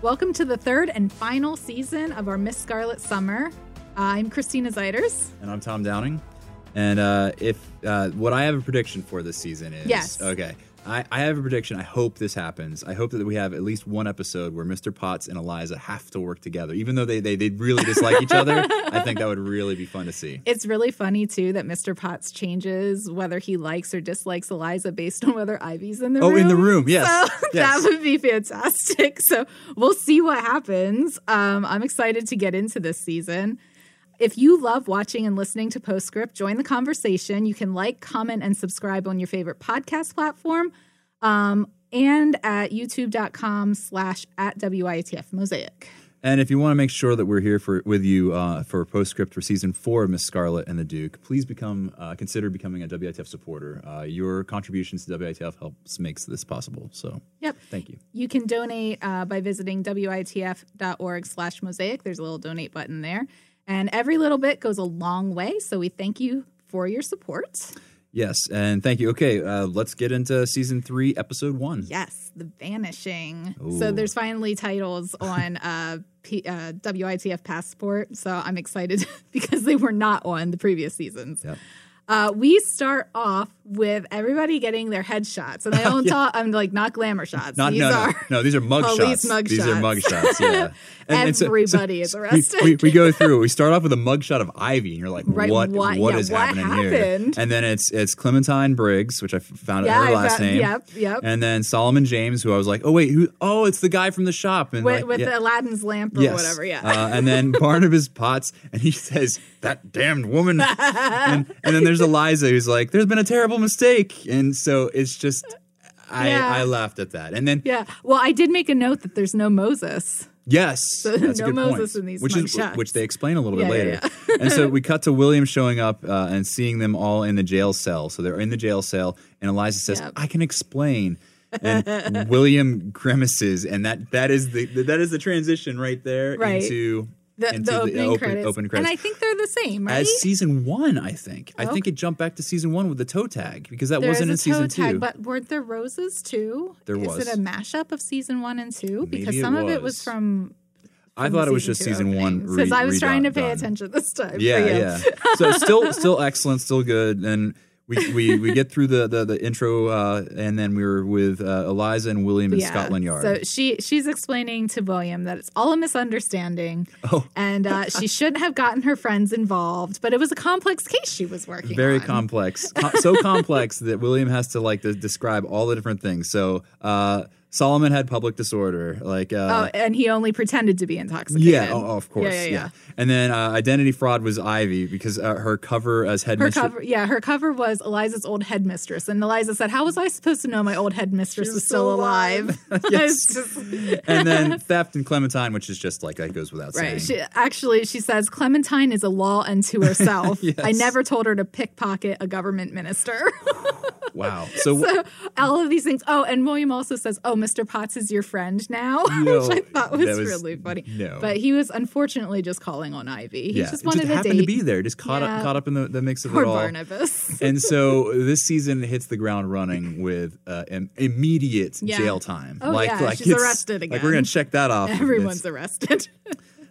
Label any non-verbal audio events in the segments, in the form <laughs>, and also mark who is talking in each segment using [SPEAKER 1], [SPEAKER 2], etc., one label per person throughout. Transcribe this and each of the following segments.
[SPEAKER 1] Welcome to the third and final season of our Miss Scarlet Summer. Uh, I'm Christina Zeiders.
[SPEAKER 2] And I'm Tom Downing. And uh, if uh, what I have a prediction for this season is
[SPEAKER 1] Yes.
[SPEAKER 2] okay. I, I have a prediction. I hope this happens. I hope that we have at least one episode where Mr. Potts and Eliza have to work together, even though they they, they really dislike
[SPEAKER 1] <laughs>
[SPEAKER 2] each other. I think that would really be fun to see.
[SPEAKER 1] It's really funny too that Mr. Potts changes whether he likes or dislikes Eliza based on whether Ivy's in the
[SPEAKER 2] Oh,
[SPEAKER 1] room.
[SPEAKER 2] in the room, yes, <laughs>
[SPEAKER 1] So <laughs>
[SPEAKER 2] yes.
[SPEAKER 1] that would be fantastic. So we'll see what happens. Um, I'm excited to get into this season. If you love watching and listening to Postscript, join the conversation. You can like, comment, and subscribe on your favorite podcast platform um, and at youtube.com slash at WITF Mosaic.
[SPEAKER 2] And if you want to make sure that we're here for with you uh, for postscript for season four of Miss Scarlet and the Duke, please become uh, consider becoming a WITF supporter. Uh, your contributions to WITF helps makes this possible. So
[SPEAKER 1] Yep.
[SPEAKER 2] thank you.
[SPEAKER 1] You can donate uh, by visiting witf.org slash mosaic. There's a little donate button there. And every little bit goes a long way. So we thank you for your support.
[SPEAKER 2] Yes, and thank you. Okay, uh, let's get into season three, episode one.
[SPEAKER 1] Yes, The Vanishing.
[SPEAKER 2] Ooh.
[SPEAKER 1] So there's finally
[SPEAKER 2] <laughs>
[SPEAKER 1] titles on uh, P- uh, WITF Passport. So I'm excited <laughs> because they were not on the previous seasons.
[SPEAKER 2] Yep.
[SPEAKER 1] Uh, we start off with everybody getting their headshots,
[SPEAKER 2] <laughs>
[SPEAKER 1] and I don't talk. I'm like not glamour shots.
[SPEAKER 2] Not
[SPEAKER 1] These
[SPEAKER 2] no,
[SPEAKER 1] are
[SPEAKER 2] no, no. These are
[SPEAKER 1] <laughs>
[SPEAKER 2] mug
[SPEAKER 1] police
[SPEAKER 2] shots.
[SPEAKER 1] mug
[SPEAKER 2] these are
[SPEAKER 1] shots.
[SPEAKER 2] mug shots.
[SPEAKER 1] <laughs>
[SPEAKER 2] Yeah.
[SPEAKER 1] Everybody is
[SPEAKER 2] we-
[SPEAKER 1] arrested.
[SPEAKER 2] We, we, go through. We start off with a mug shot of Ivy, and you're like,
[SPEAKER 1] Right,
[SPEAKER 2] "What?
[SPEAKER 1] what-
[SPEAKER 2] what
[SPEAKER 1] yeah,
[SPEAKER 2] is
[SPEAKER 1] what
[SPEAKER 2] happening here?"
[SPEAKER 1] happened?
[SPEAKER 2] And then it's it's Clementine Briggs, which I f- found
[SPEAKER 1] Yeah,
[SPEAKER 2] out her
[SPEAKER 1] I
[SPEAKER 2] last
[SPEAKER 1] found-
[SPEAKER 2] name.
[SPEAKER 1] yep, yep.
[SPEAKER 2] And then Solomon James, who I was like, "Oh wait, who? Oh, it's the guy from the shop." And
[SPEAKER 1] with,
[SPEAKER 2] like,
[SPEAKER 1] with
[SPEAKER 2] yeah.
[SPEAKER 1] the Aladdin's lamp or
[SPEAKER 2] Yes.
[SPEAKER 1] whatever. Yeah.
[SPEAKER 2] Uh, and then
[SPEAKER 1] <laughs>
[SPEAKER 2] Barnabas Potts, and he says, That damned woman. and, and then there's Eliza, who's like, There's been a terrible mistake. And so it's just, I,
[SPEAKER 1] Yeah.
[SPEAKER 2] I laughed at that. And then,
[SPEAKER 1] yeah. Well, I did make a note that there's no Moses.
[SPEAKER 2] yes, that's
[SPEAKER 1] no
[SPEAKER 2] a good point,
[SPEAKER 1] Moses in these
[SPEAKER 2] which,
[SPEAKER 1] mug
[SPEAKER 2] is,
[SPEAKER 1] shots.
[SPEAKER 2] which they explain a little bit
[SPEAKER 1] Yeah, yeah,
[SPEAKER 2] later.
[SPEAKER 1] <laughs>
[SPEAKER 2] and so we cut to William showing up uh, and seeing them all in the jail cell. So they're in the jail cell, and Eliza says,
[SPEAKER 1] Yep.
[SPEAKER 2] I can explain. and William <laughs> grimaces, and that that is the that is the transition right there
[SPEAKER 1] Right.
[SPEAKER 2] into
[SPEAKER 1] The,
[SPEAKER 2] into
[SPEAKER 1] the opening
[SPEAKER 2] open,
[SPEAKER 1] credits.
[SPEAKER 2] open credits.
[SPEAKER 1] And I think they're the same, right?
[SPEAKER 2] as season one, I think. I
[SPEAKER 1] Okay.
[SPEAKER 2] think it jumped back to season one with the toe tag because that
[SPEAKER 1] There
[SPEAKER 2] wasn't in
[SPEAKER 1] is a toe
[SPEAKER 2] season
[SPEAKER 1] tag,
[SPEAKER 2] two.
[SPEAKER 1] But weren't there roses too?
[SPEAKER 2] There
[SPEAKER 1] is
[SPEAKER 2] was.
[SPEAKER 1] it a mashup of season one and two?
[SPEAKER 2] Maybe
[SPEAKER 1] because
[SPEAKER 2] it
[SPEAKER 1] some of it was
[SPEAKER 2] was.
[SPEAKER 1] from.
[SPEAKER 2] I thought it was just season one
[SPEAKER 1] Because
[SPEAKER 2] re-
[SPEAKER 1] I was trying to pay
[SPEAKER 2] redone.
[SPEAKER 1] attention this time. for
[SPEAKER 2] Yeah,
[SPEAKER 1] you.
[SPEAKER 2] yeah. so still, still excellent, still good, and. We, we, we get through the, the, the intro uh, and then we were with uh, Eliza and William in
[SPEAKER 1] Yeah.
[SPEAKER 2] Scotland Yard.
[SPEAKER 1] So she she's explaining to William that it's all a misunderstanding,
[SPEAKER 2] Oh.
[SPEAKER 1] and uh,
[SPEAKER 2] <laughs>
[SPEAKER 1] she shouldn't have gotten her friends involved. But it was a complex case she was working.
[SPEAKER 2] Very
[SPEAKER 1] on.
[SPEAKER 2] complex, Co-
[SPEAKER 1] <laughs>
[SPEAKER 2] so complex that William has to like de- describe all the different things. So uh, Solomon had public disorder, like uh,
[SPEAKER 1] Oh, and he only pretended to be intoxicated.
[SPEAKER 2] Yeah, oh, oh, of course.
[SPEAKER 1] Yeah,
[SPEAKER 2] Yeah,
[SPEAKER 1] yeah, yeah.
[SPEAKER 2] And then uh, identity fraud was Ivy because uh, her cover as
[SPEAKER 1] Her
[SPEAKER 2] headmistress.
[SPEAKER 1] cover, yeah, her cover was Eliza's old headmistress, and Eliza said, "How was I supposed to know my old headmistress
[SPEAKER 2] She's
[SPEAKER 1] was still
[SPEAKER 2] still alive."
[SPEAKER 1] alive?"
[SPEAKER 2] <laughs> Yes.
[SPEAKER 1] It's just- <laughs>
[SPEAKER 2] and then theft and Clementine, which is just like that goes without
[SPEAKER 1] right. She,
[SPEAKER 2] saying.
[SPEAKER 1] actually, she says Clementine is a law unto
[SPEAKER 2] <laughs>
[SPEAKER 1] herself.
[SPEAKER 2] Yes.
[SPEAKER 1] I never told her to pickpocket a government minister. <laughs>
[SPEAKER 2] <laughs> Wow. So,
[SPEAKER 1] All of these things. Oh, and William also says, "Oh, Mr. Potts is your friend now," <laughs>
[SPEAKER 2] No,
[SPEAKER 1] which I thought was,
[SPEAKER 2] that was-
[SPEAKER 1] really funny.
[SPEAKER 2] no.
[SPEAKER 1] But he was unfortunately just calling on Ivy. He
[SPEAKER 2] yeah,
[SPEAKER 1] just
[SPEAKER 2] it
[SPEAKER 1] wanted
[SPEAKER 2] just
[SPEAKER 1] a
[SPEAKER 2] happened
[SPEAKER 1] date.
[SPEAKER 2] to be there, just caught
[SPEAKER 1] Yeah.
[SPEAKER 2] up, caught up in the, the mix of
[SPEAKER 1] Poor
[SPEAKER 2] it all.
[SPEAKER 1] Barnabas.
[SPEAKER 2] <laughs>
[SPEAKER 1] <laughs>
[SPEAKER 2] And so this season hits the ground running with uh, an immediate
[SPEAKER 1] Yeah.
[SPEAKER 2] jail time.
[SPEAKER 1] Oh, yeah, she's
[SPEAKER 2] it's-
[SPEAKER 1] arrested
[SPEAKER 2] Like we're
[SPEAKER 1] again.
[SPEAKER 2] gonna check that off.
[SPEAKER 1] <laughs>
[SPEAKER 2] It's-
[SPEAKER 1] Everyone's arrested.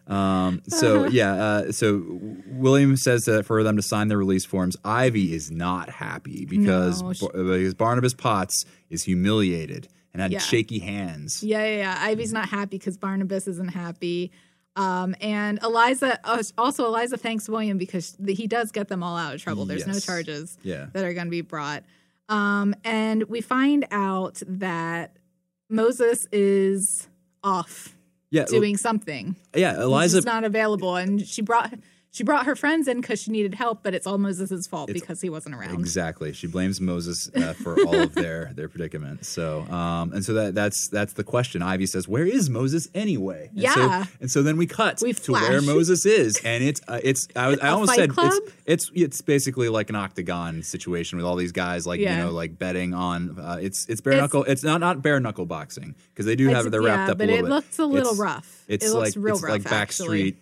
[SPEAKER 2] Um,
[SPEAKER 1] <laughs>
[SPEAKER 2] so yeah, uh, so W- William says that for them to sign their release forms, Ivy is not happy because
[SPEAKER 1] No, she-
[SPEAKER 2] Bar- because Barnabas Potts is humiliated and had
[SPEAKER 1] Yeah.
[SPEAKER 2] shaky hands.
[SPEAKER 1] Yeah, yeah, yeah. Ivy's not happy because Barnabas isn't happy. Um, and Eliza, uh, also Eliza thanks William because he does get them all out of trouble. There's no
[SPEAKER 2] Yes.
[SPEAKER 1] charges
[SPEAKER 2] Yeah.
[SPEAKER 1] that are going to be brought. Um, and we find out that Moses is off
[SPEAKER 2] Yeah,
[SPEAKER 1] doing something.
[SPEAKER 2] yeah.
[SPEAKER 1] Eliza
[SPEAKER 2] Uh, Eliza,
[SPEAKER 1] is not available, and she brought she brought her friends in because she needed help, but it's all Moses' fault because he wasn't around.
[SPEAKER 2] exactly. She blames Moses uh, for all of their <laughs> their predicaments. So, um, and so that that's that's the question. Ivy says, "Where is Moses anyway?" And
[SPEAKER 1] Yeah.
[SPEAKER 2] So, and so then we cut
[SPEAKER 1] We
[SPEAKER 2] to where
[SPEAKER 1] flash.
[SPEAKER 2] Moses is, and it's uh, it's I, was- I
[SPEAKER 1] A
[SPEAKER 2] almost
[SPEAKER 1] fight
[SPEAKER 2] said
[SPEAKER 1] club?
[SPEAKER 2] it's it's it's basically like an octagon situation with all these guys like
[SPEAKER 1] Yeah.
[SPEAKER 2] you know like betting on uh, it's it's bare
[SPEAKER 1] It's-
[SPEAKER 2] knuckle it's not not bare knuckle boxing because they do
[SPEAKER 1] I
[SPEAKER 2] have
[SPEAKER 1] d-
[SPEAKER 2] they're
[SPEAKER 1] yeah,
[SPEAKER 2] wrapped up
[SPEAKER 1] but
[SPEAKER 2] a little
[SPEAKER 1] it
[SPEAKER 2] bit.
[SPEAKER 1] looks a little
[SPEAKER 2] It's-
[SPEAKER 1] rough.
[SPEAKER 2] It's
[SPEAKER 1] it looks
[SPEAKER 2] like
[SPEAKER 1] real
[SPEAKER 2] it's
[SPEAKER 1] rough,
[SPEAKER 2] like
[SPEAKER 1] actually.
[SPEAKER 2] backstreet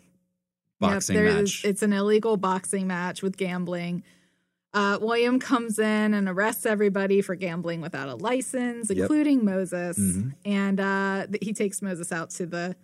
[SPEAKER 2] boxing
[SPEAKER 1] there is-
[SPEAKER 2] match.
[SPEAKER 1] it's an illegal boxing match with gambling. Uh, William comes in and arrests everybody for gambling without a license,
[SPEAKER 2] Yep.
[SPEAKER 1] including Moses.
[SPEAKER 2] Mhm.
[SPEAKER 1] And uh, th- he takes Moses out to the,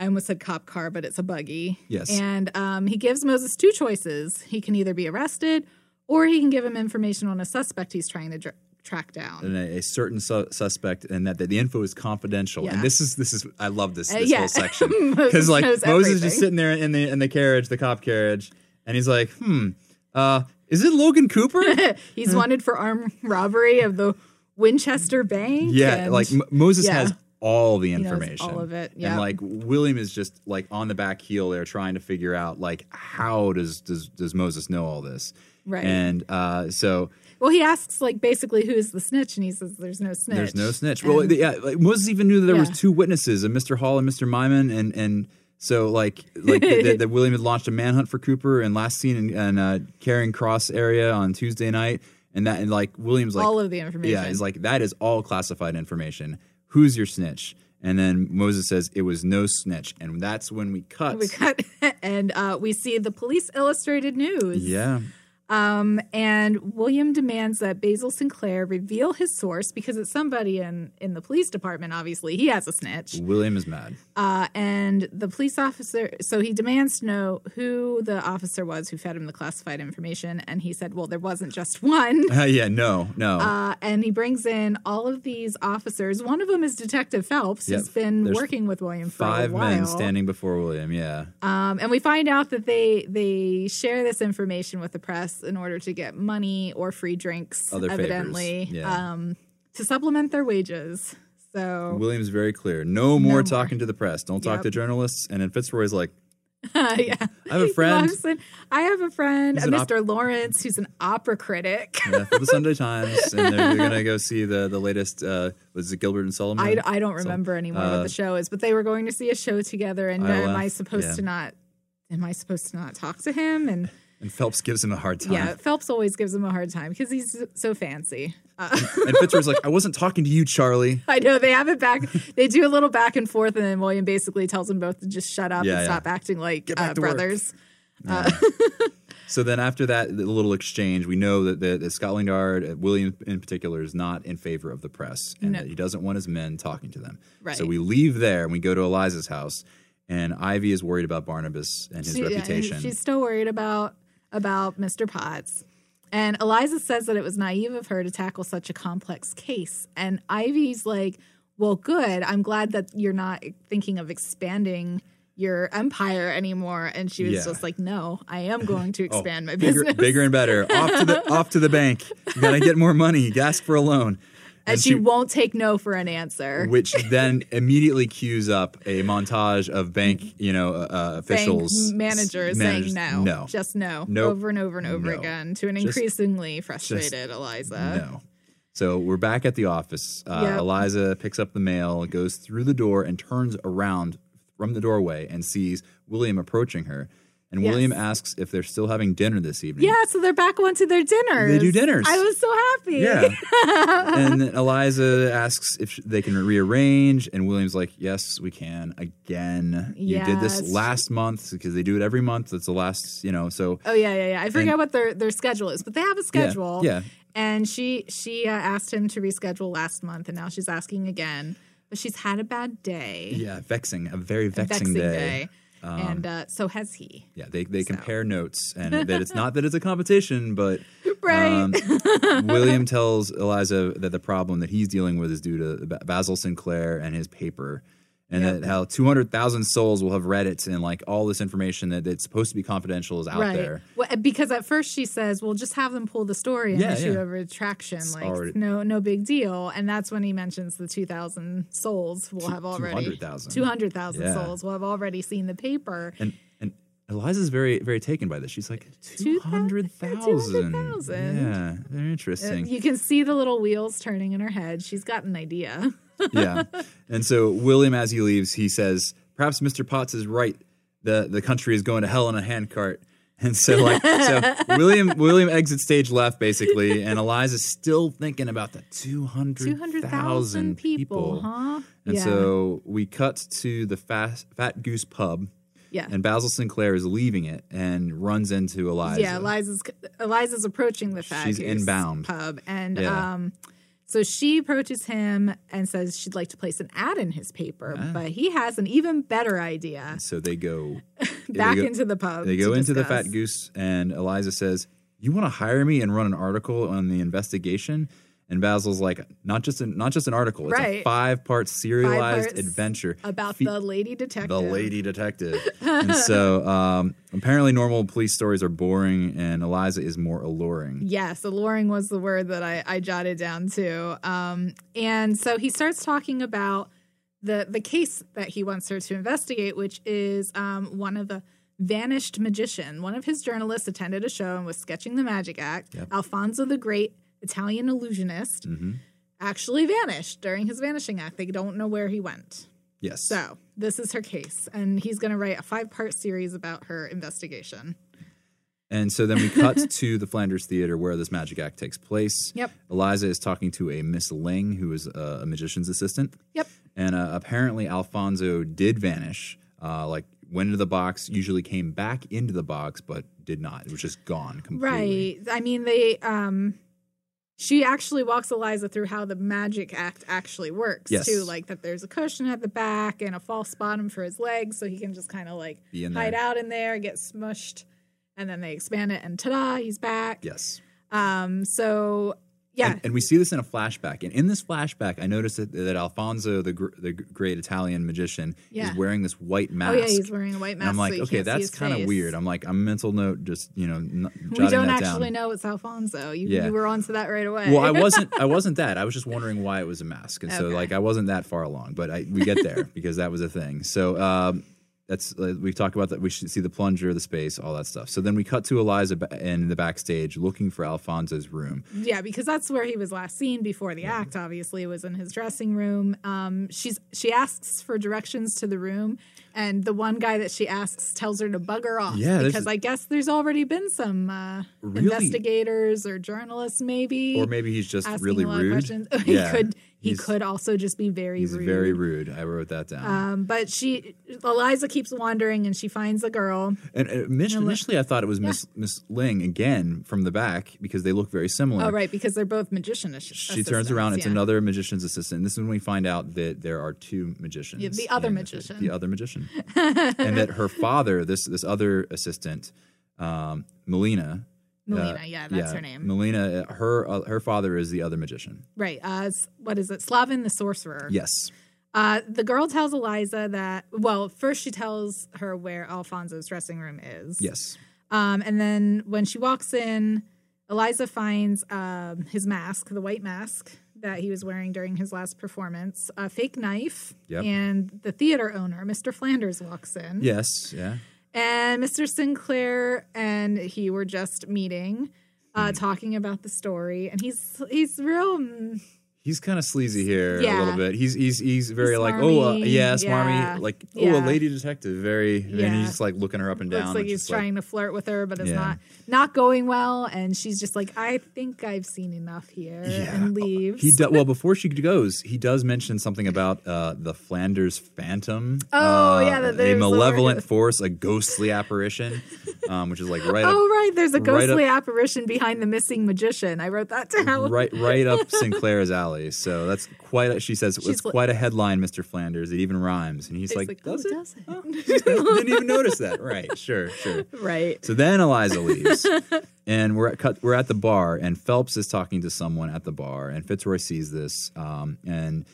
[SPEAKER 1] I almost said cop car, but it's a buggy.
[SPEAKER 2] Yes.
[SPEAKER 1] And um, he gives Moses two choices. He can either be arrested or he can give him information on a suspect he's trying to dr- track down.
[SPEAKER 2] and a, a certain su- suspect, and that, that the info is confidential.
[SPEAKER 1] Yeah.
[SPEAKER 2] And this is this is I love this,
[SPEAKER 1] Uh,
[SPEAKER 2] this whole section
[SPEAKER 1] <laughs> Moses
[SPEAKER 2] because like
[SPEAKER 1] knows
[SPEAKER 2] Moses is just
[SPEAKER 1] everything.
[SPEAKER 2] sitting there in the in the carriage, the cop carriage, and he's like, hmm, uh, is it
[SPEAKER 1] <laughs>
[SPEAKER 2] Logan Cooper? hmm.
[SPEAKER 1] He's wanted for armed robbery of the Winchester Bank.
[SPEAKER 2] yeah,
[SPEAKER 1] and-
[SPEAKER 2] like M- Moses
[SPEAKER 1] yeah.
[SPEAKER 2] has all the
[SPEAKER 1] knows all
[SPEAKER 2] information,
[SPEAKER 1] of it,
[SPEAKER 2] and
[SPEAKER 1] yeah.
[SPEAKER 2] like William is just like on the back heel there trying to figure out like how does does does Moses know all this?
[SPEAKER 1] Right.
[SPEAKER 2] and uh, so
[SPEAKER 1] Well, he asks like basically who is the snitch, and he says there's no snitch.
[SPEAKER 2] There's no snitch.
[SPEAKER 1] And-
[SPEAKER 2] Well, yeah, like Moses even knew that there was
[SPEAKER 1] Yeah.
[SPEAKER 2] two witnesses, a Mr. Hall and Mr. Myman, and and so like like that
[SPEAKER 1] <laughs>
[SPEAKER 2] that William had launched a manhunt for Cooper and last seen in, in uh, Charing Cross area on Tuesday night, and that and like William's like
[SPEAKER 1] all of the information.
[SPEAKER 2] yeah, he's like that is all classified information. Who's your snitch? And then Moses says it was no snitch, and that's when we cut.
[SPEAKER 1] we cut <laughs> and uh, we see the Police Illustrated News.
[SPEAKER 2] yeah,
[SPEAKER 1] Um, and William demands that Basil Sinclair reveal his source because it's somebody in in the police department. Obviously, he has a snitch.
[SPEAKER 2] William is mad.
[SPEAKER 1] Uh, and the police officer, so he demands to know who the officer was who fed him the classified information. And he said, well, there wasn't just one.
[SPEAKER 2] <laughs> yeah, no, no.
[SPEAKER 1] Uh, and he brings in all of these officers. One of them is Detective Phelps,
[SPEAKER 2] Yep.
[SPEAKER 1] who's been
[SPEAKER 2] There's
[SPEAKER 1] working with William for
[SPEAKER 2] Five
[SPEAKER 1] a while.
[SPEAKER 2] men standing before William. Yeah.
[SPEAKER 1] Um, and we find out that they they share this information with the press in order to get money or free drinks,
[SPEAKER 2] Other favors,
[SPEAKER 1] evidently,
[SPEAKER 2] yeah.
[SPEAKER 1] um, to supplement their wages. So
[SPEAKER 2] William's very clear. No more
[SPEAKER 1] more.
[SPEAKER 2] talking to the press. Don't talk
[SPEAKER 1] Yep.
[SPEAKER 2] to journalists. And then Fitzroy's
[SPEAKER 1] <laughs>
[SPEAKER 2] like,
[SPEAKER 1] yeah,
[SPEAKER 2] I have a friend.
[SPEAKER 1] Lawson- I have a friend,
[SPEAKER 2] He's
[SPEAKER 1] a
[SPEAKER 2] an op-
[SPEAKER 1] Mr. Lawrence, who's an opera critic.
[SPEAKER 2] yeah, for the Sunday Times, and they're, they're gonna go see the the latest. Uh, was it Gilbert and
[SPEAKER 1] <laughs>
[SPEAKER 2] Solomon?
[SPEAKER 1] I, I don't remember anymore what
[SPEAKER 2] uh,
[SPEAKER 1] the show is, but they were going to see a show together, and
[SPEAKER 2] I
[SPEAKER 1] am I
[SPEAKER 2] left,
[SPEAKER 1] supposed
[SPEAKER 2] yeah.
[SPEAKER 1] to not? Am I supposed to not talk to him? And
[SPEAKER 2] and Phelps gives him a hard time.
[SPEAKER 1] yeah, Phelps always gives him a hard time because he's so fancy. Uh,
[SPEAKER 2] And Fitzroy's like, I wasn't talking to you, Charlie.
[SPEAKER 1] I know they have it back. They do a little back and forth, and then William basically tells them both to just shut up
[SPEAKER 2] Yeah,
[SPEAKER 1] and
[SPEAKER 2] yeah.
[SPEAKER 1] stop acting like
[SPEAKER 2] Get back
[SPEAKER 1] uh,
[SPEAKER 2] to work.
[SPEAKER 1] brothers.
[SPEAKER 2] So then after that the little exchange, we know that, that, that Scotland Yard, uh, William in particular, is not in favor of the press, and
[SPEAKER 1] No.
[SPEAKER 2] that he doesn't want his men talking to them.
[SPEAKER 1] Right.
[SPEAKER 2] So we leave there and we go to Eliza's house, and Ivy is worried about Barnabas and his
[SPEAKER 1] She- yeah, and
[SPEAKER 2] reputation.
[SPEAKER 1] she's still worried about about Mr. Potts. And Eliza says that it was naive of her to tackle such a complex case. And Ivy's like, "Well, good. I'm glad that you're not thinking of expanding your empire anymore." And she was
[SPEAKER 2] Yeah.
[SPEAKER 1] just like, "No, I am going to
[SPEAKER 2] <laughs> Oh,
[SPEAKER 1] expand my
[SPEAKER 2] bigger,
[SPEAKER 1] business."
[SPEAKER 2] bigger and better. off to the off to the bank. You gotta get more money. Ask for a loan.
[SPEAKER 1] and she, won't take no for an answer.
[SPEAKER 2] which then immediately cues up a montage of bank, you know, uh,
[SPEAKER 1] Bank
[SPEAKER 2] officials,
[SPEAKER 1] manager
[SPEAKER 2] s-
[SPEAKER 1] saying
[SPEAKER 2] managers-
[SPEAKER 1] no,
[SPEAKER 2] no,
[SPEAKER 1] just no,
[SPEAKER 2] Nope.
[SPEAKER 1] over and over and over
[SPEAKER 2] No.
[SPEAKER 1] again to an
[SPEAKER 2] Just-
[SPEAKER 1] increasingly frustrated Eliza.
[SPEAKER 2] no. So we're back at the office. Uh,
[SPEAKER 1] Yep.
[SPEAKER 2] Eliza picks up the mail, goes through the door, and turns around from the doorway and sees William approaching her. And
[SPEAKER 1] Yes.
[SPEAKER 2] William asks if they're still having dinner this evening.
[SPEAKER 1] Yeah, so they're back onto their dinners.
[SPEAKER 2] They do dinners.
[SPEAKER 1] I was so happy. <laughs>
[SPEAKER 2] Yeah. and then Eliza asks if sh- they can rearrange, and William's like, "Yes, we can." Again, you did
[SPEAKER 1] Yes.
[SPEAKER 2] this last month because they do it every month. That's the last, you know. So
[SPEAKER 1] Oh yeah, yeah, yeah. I forget what their their schedule is, but they have a schedule.
[SPEAKER 2] yeah.
[SPEAKER 1] And she she uh, asked him to reschedule last month, and now she's asking again. But she's had a bad day.
[SPEAKER 2] yeah, vexing, a very
[SPEAKER 1] Vexing
[SPEAKER 2] vexing, day. Um,
[SPEAKER 1] day. and uh, so has he.
[SPEAKER 2] Yeah, they they compare notes, and that it's not that it's a competition, but
[SPEAKER 1] <laughs> Right.
[SPEAKER 2] um, William tells Eliza that the problem that he's dealing with is due to Ba- Basil Sinclair and his paper, and that how two hundred thousand souls will have read it, and like all this information that that's supposed to be confidential is out
[SPEAKER 1] right.
[SPEAKER 2] there.
[SPEAKER 1] Well, because at first she says, "Well, just have them pull the story and
[SPEAKER 2] Yeah,
[SPEAKER 1] issue
[SPEAKER 2] yeah.
[SPEAKER 1] a retraction. like,
[SPEAKER 2] already-
[SPEAKER 1] no, no big deal." And that's when he mentions the two thousand souls will have already
[SPEAKER 2] 200,000.
[SPEAKER 1] two hundred thousand
[SPEAKER 2] Yeah.
[SPEAKER 1] souls will have already seen the paper.
[SPEAKER 2] And and Eliza's very very taken by this. She's like two
[SPEAKER 1] Two thou-
[SPEAKER 2] hundred thousand.
[SPEAKER 1] 200,000.
[SPEAKER 2] Yeah, very interesting.
[SPEAKER 1] Uh, You can see the little wheels turning in her head. She's got an idea.
[SPEAKER 2] yeah. And so William, as he leaves, he says, "Perhaps Mr. Potts is right. the The country is going to hell in a handcart." And so, like, so William William exits stage left basically, and Eliza's still thinking about the two
[SPEAKER 1] Two
[SPEAKER 2] hundred
[SPEAKER 1] hundred thousand
[SPEAKER 2] thousand
[SPEAKER 1] people, huh?
[SPEAKER 2] And so we cut to the fast, Fat Goose Pub,
[SPEAKER 1] Yeah.
[SPEAKER 2] And Basil Sinclair is leaving it and runs into Eliza.
[SPEAKER 1] Yeah, Eliza's Eliza's approaching the fag
[SPEAKER 2] She's
[SPEAKER 1] Goose
[SPEAKER 2] inbound.
[SPEAKER 1] pub, and
[SPEAKER 2] Yeah.
[SPEAKER 1] um, so she approaches him and says she'd like to place an ad in his paper,
[SPEAKER 2] Ah.
[SPEAKER 1] but he has an even better idea.
[SPEAKER 2] So they go
[SPEAKER 1] <laughs> Back
[SPEAKER 2] go-
[SPEAKER 1] into the pub,
[SPEAKER 2] They
[SPEAKER 1] to
[SPEAKER 2] go into the
[SPEAKER 1] discuss.
[SPEAKER 2] Fat Goose, and Eliza says, "You want to hire me and run an article on the investigation?" And Basil's like, "Not just an, not just an article. It's a
[SPEAKER 1] Right.
[SPEAKER 2] five part serialized
[SPEAKER 1] parts
[SPEAKER 2] adventure
[SPEAKER 1] about
[SPEAKER 2] Fe-
[SPEAKER 1] the lady detective.
[SPEAKER 2] the lady
[SPEAKER 1] <laughs>
[SPEAKER 2] detective." and so, um, apparently, normal police stories are boring, and Eliza is more alluring.
[SPEAKER 1] Yes, alluring was the word that I, I jotted down too. Um, and so he starts talking about the the case that he wants her to investigate, which is um, one of the vanished magician. One of his journalists attended a show and was sketching the magic act. Alfonso the Great, Italian illusionist,
[SPEAKER 2] Mm-hmm.
[SPEAKER 1] actually vanished during his vanishing act. They don't know where he went.
[SPEAKER 2] Yes.
[SPEAKER 1] So this is her case, and he's going to write a five part series about her investigation.
[SPEAKER 2] And so then
[SPEAKER 1] <laughs>
[SPEAKER 2] we cut to the Flanders Theater where this magic act takes place.
[SPEAKER 1] Yep.
[SPEAKER 2] Eliza is talking to a Miss Ling, who is uh, a, a magician's assistant.
[SPEAKER 1] Yep.
[SPEAKER 2] And uh, apparently, Alfonso did vanish. Uh, like, went into the box, usually came back into the box, but did not. It was just gone completely.
[SPEAKER 1] Right. I mean, they. um She actually walks Eliza through how the magic act actually works
[SPEAKER 2] Yes.
[SPEAKER 1] too. Like that, there's a cushion at the back and a false bottom for his legs, so he can just kind of like
[SPEAKER 2] Be in
[SPEAKER 1] hide
[SPEAKER 2] there.
[SPEAKER 1] out in there, get smushed, and then they expand it, and ta-da, he's back.
[SPEAKER 2] Yes.
[SPEAKER 1] Um. So yeah,
[SPEAKER 2] And, and we see this in a flashback. And in this flashback, I noticed that, that Alfonso, the, gr- the great Italian magician,
[SPEAKER 1] Yeah.
[SPEAKER 2] is wearing this white mask.
[SPEAKER 1] oh yeah, he's wearing a white
[SPEAKER 2] and
[SPEAKER 1] mask.
[SPEAKER 2] I'm like,
[SPEAKER 1] so you
[SPEAKER 2] okay,
[SPEAKER 1] can't see
[SPEAKER 2] that's
[SPEAKER 1] his
[SPEAKER 2] kind of
[SPEAKER 1] face.
[SPEAKER 2] weird. I'm like, I'm mental note, just you know, n-
[SPEAKER 1] We
[SPEAKER 2] jotting
[SPEAKER 1] don't
[SPEAKER 2] that
[SPEAKER 1] actually
[SPEAKER 2] down.
[SPEAKER 1] know it's Alfonso. You,
[SPEAKER 2] Yeah.
[SPEAKER 1] you were onto that right away. <laughs>
[SPEAKER 2] Well, I wasn't. I wasn't that. I was just wondering why it was a mask, and so
[SPEAKER 1] Okay.
[SPEAKER 2] like I wasn't that far along. But I, we get there because that was a thing. So um, that's uh, we've talked about that. We should see the plunger, the space, all that stuff. So then we cut to Eliza ba- in the backstage looking for Alfonso's room.
[SPEAKER 1] Yeah, because that's where he was last seen before the act. Obviously, was in his dressing room. Um, she's she asks for directions to the room, and the one guy that she asks tells her to bugger off.
[SPEAKER 2] Yeah, this
[SPEAKER 1] because
[SPEAKER 2] is-
[SPEAKER 1] I guess there's already been some uh,
[SPEAKER 2] Really?
[SPEAKER 1] investigators or journalists, maybe,
[SPEAKER 2] Or maybe he's just
[SPEAKER 1] asking
[SPEAKER 2] really
[SPEAKER 1] a lot
[SPEAKER 2] rude.
[SPEAKER 1] of questions. <laughs> he could he
[SPEAKER 2] he's-
[SPEAKER 1] could also just be very
[SPEAKER 2] He's
[SPEAKER 1] rude.
[SPEAKER 2] very rude. I wrote that down.
[SPEAKER 1] Um, but she Eliza keeps wandering, and she finds a girl.
[SPEAKER 2] and uh, Mich- initially, I thought it was Miss Miss Ling again from the back because they look very similar.
[SPEAKER 1] Oh, right, because they're both magician. ass-
[SPEAKER 2] Uh, She turns
[SPEAKER 1] assistants,
[SPEAKER 2] around. It's
[SPEAKER 1] yeah.
[SPEAKER 2] another magician's assistant. And this is when we find out that there are two magicians.
[SPEAKER 1] Yeah, the other
[SPEAKER 2] in
[SPEAKER 1] magician.
[SPEAKER 2] The
[SPEAKER 1] <laughs>
[SPEAKER 2] other magician. and that her father, this this other assistant, um, Melina. uh,
[SPEAKER 1] Melina, yeah, that's her name.
[SPEAKER 2] Melina. uh, Her uh, her father is the other magician.
[SPEAKER 1] Right. Uh, s- what is it? Slavin the sorcerer.
[SPEAKER 2] Yes.
[SPEAKER 1] Uh, the girl tells Eliza that, well, first she tells her where Alfonso's dressing room is.
[SPEAKER 2] Yes.
[SPEAKER 1] Um, and then when she walks in, Eliza finds um, his mask, the white mask that he was wearing during his last performance, a fake knife,
[SPEAKER 2] Yep.
[SPEAKER 1] and the theater owner, Mr. Flanders, walks in.
[SPEAKER 2] Yes. Yeah.
[SPEAKER 1] And Mr. Sinclair and he were just meeting. Uh,
[SPEAKER 2] Mm-hmm.
[SPEAKER 1] Talking about the story, and he's he's real mm,
[SPEAKER 2] He's kind of sleazy here a
[SPEAKER 1] Yeah.
[SPEAKER 2] little bit. He's he's he's very
[SPEAKER 1] He's
[SPEAKER 2] like oh uh,
[SPEAKER 1] smarmy,
[SPEAKER 2] yeah smarmy
[SPEAKER 1] yeah,
[SPEAKER 2] like oh
[SPEAKER 1] yeah.
[SPEAKER 2] a lady detective very and
[SPEAKER 1] Yeah.
[SPEAKER 2] he's just like looking her up and down.
[SPEAKER 1] looks like
[SPEAKER 2] and
[SPEAKER 1] he's
[SPEAKER 2] just, like,
[SPEAKER 1] trying to flirt with her, but it's
[SPEAKER 2] Yeah.
[SPEAKER 1] not not going well. And she's just like, I think I've seen enough here,
[SPEAKER 2] Yeah. Oh,
[SPEAKER 1] and leaves.
[SPEAKER 2] He do, well before she goes, he does mention something about uh, the Flanders Phantom.
[SPEAKER 1] Oh,
[SPEAKER 2] uh,
[SPEAKER 1] yeah, that
[SPEAKER 2] a
[SPEAKER 1] there's a
[SPEAKER 2] malevolent
[SPEAKER 1] word.
[SPEAKER 2] force, a ghostly apparition, um, which is like right
[SPEAKER 1] oh right, there's a
[SPEAKER 2] right up-
[SPEAKER 1] ghostly apparition behind the missing magician. I wrote that down.
[SPEAKER 2] up right right up Sinclair's alley. So that's quite. A, she says it's
[SPEAKER 1] She's like-
[SPEAKER 2] quite a headline, Mister Flanders. It even rhymes, and he's, like,
[SPEAKER 1] like,
[SPEAKER 2] does
[SPEAKER 1] "Oh,
[SPEAKER 2] it?
[SPEAKER 1] does it?"
[SPEAKER 2] Oh, <laughs> didn't even notice that. Right, sure, sure.
[SPEAKER 1] Right.
[SPEAKER 2] So then Eliza
[SPEAKER 1] <laughs>
[SPEAKER 2] leaves, and we're at cut, we're at the bar, and Phelps is talking to someone at the bar, and Fitzroy sees this, um, and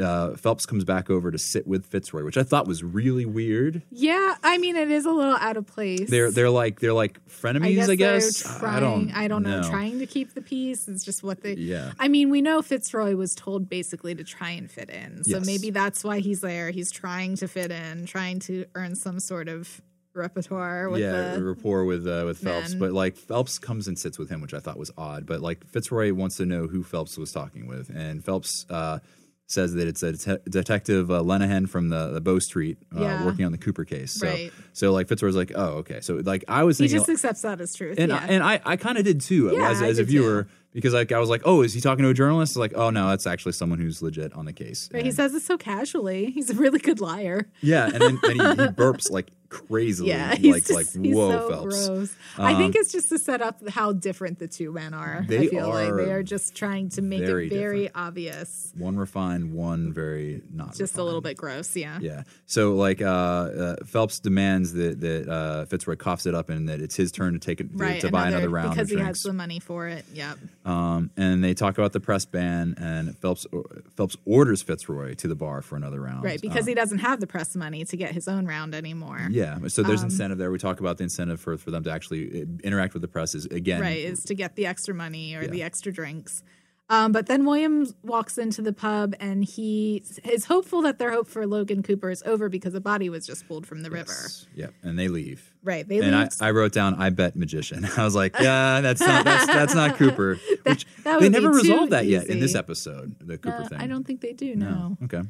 [SPEAKER 2] uh, Phelps comes back over to sit with Fitzroy, which I thought was really weird.
[SPEAKER 1] Yeah, I mean, it is a little out of place.
[SPEAKER 2] They're they're like they're like frenemies, I guess. I,
[SPEAKER 1] they're trying.
[SPEAKER 2] don't.
[SPEAKER 1] know, Trying to keep the peace is just what they.
[SPEAKER 2] Yeah.
[SPEAKER 1] I mean, we know Fitzroy was told basically to try and fit in, so
[SPEAKER 2] Yes.
[SPEAKER 1] maybe that's why he's there. He's trying to fit in, trying to earn some sort of repertoire with
[SPEAKER 2] yeah,
[SPEAKER 1] the
[SPEAKER 2] rapport with uh, with Phelps,
[SPEAKER 1] men.
[SPEAKER 2] but like Phelps comes and sits with him, which I thought was odd. But like Fitzroy wants to know who Phelps was talking with, and Phelps uh, says that it's a det- detective uh, Lenihan from the, the Bow Street uh,
[SPEAKER 1] Yeah.
[SPEAKER 2] working on the Cooper case. So
[SPEAKER 1] Right.
[SPEAKER 2] so like Fitzroy's like, oh okay. So like I was
[SPEAKER 1] He
[SPEAKER 2] thinking,
[SPEAKER 1] just accepts that as truth.
[SPEAKER 2] and
[SPEAKER 1] yeah.
[SPEAKER 2] I, and I, I kind of did too
[SPEAKER 1] Yeah,
[SPEAKER 2] as,
[SPEAKER 1] I
[SPEAKER 2] as a
[SPEAKER 1] did too.
[SPEAKER 2] viewer because like I was like, oh, is he talking to a journalist? Like, oh no, that's actually someone who's legit on the case.
[SPEAKER 1] but he
[SPEAKER 2] And-
[SPEAKER 1] says it so casually. He's a really good liar.
[SPEAKER 2] yeah, and then and he, he burps like
[SPEAKER 1] <laughs>
[SPEAKER 2] crazily
[SPEAKER 1] yeah, he's
[SPEAKER 2] like
[SPEAKER 1] just-
[SPEAKER 2] like
[SPEAKER 1] he's
[SPEAKER 2] whoa
[SPEAKER 1] so
[SPEAKER 2] Phelps.
[SPEAKER 1] gross. I
[SPEAKER 2] Um,
[SPEAKER 1] think it's just to set up how different the two men are.
[SPEAKER 2] They
[SPEAKER 1] I feel
[SPEAKER 2] are
[SPEAKER 1] like they are just trying to make
[SPEAKER 2] very
[SPEAKER 1] it very
[SPEAKER 2] different.
[SPEAKER 1] obvious.
[SPEAKER 2] One refined, one very not.
[SPEAKER 1] Just a
[SPEAKER 2] refined.
[SPEAKER 1] little bit gross, yeah.
[SPEAKER 2] Yeah. So like uh, uh, Phelps demands that that uh, Fitzroy coughs it up and that it's his turn to take it, to-
[SPEAKER 1] Right,
[SPEAKER 2] to buy another round
[SPEAKER 1] because
[SPEAKER 2] of
[SPEAKER 1] he
[SPEAKER 2] drinks.
[SPEAKER 1] has the money for it. Yep.
[SPEAKER 2] um, and they talk about the press ban and Phelps uh, Phelps orders Fitzroy to the bar for another round. Um,
[SPEAKER 1] Right, because he doesn't have the press money to get his own round anymore.
[SPEAKER 2] uh, Yeah, so there's
[SPEAKER 1] Um,
[SPEAKER 2] incentive there. We talk about the incentive for, for them to actually uh, interact with the press is again
[SPEAKER 1] Right, is to get the extra money or the extra drinks. Um, but then Williams walks into the pub and he is hopeful that their hope for Logan Cooper is over because a body was just pulled from the river.
[SPEAKER 2] Yep, and they leave.
[SPEAKER 1] Right, they
[SPEAKER 2] and I,
[SPEAKER 1] leave.
[SPEAKER 2] I wrote down I bet magician. <laughs> I was like, yeah, that's not that's that's
[SPEAKER 1] <laughs>
[SPEAKER 2] not Cooper. Which
[SPEAKER 1] that
[SPEAKER 2] they
[SPEAKER 1] would be
[SPEAKER 2] never
[SPEAKER 1] too
[SPEAKER 2] resolved that yet in
[SPEAKER 1] easy.
[SPEAKER 2] this episode, the Cooper
[SPEAKER 1] Uh,
[SPEAKER 2] thing.
[SPEAKER 1] I don't think they do. No.
[SPEAKER 2] Okay.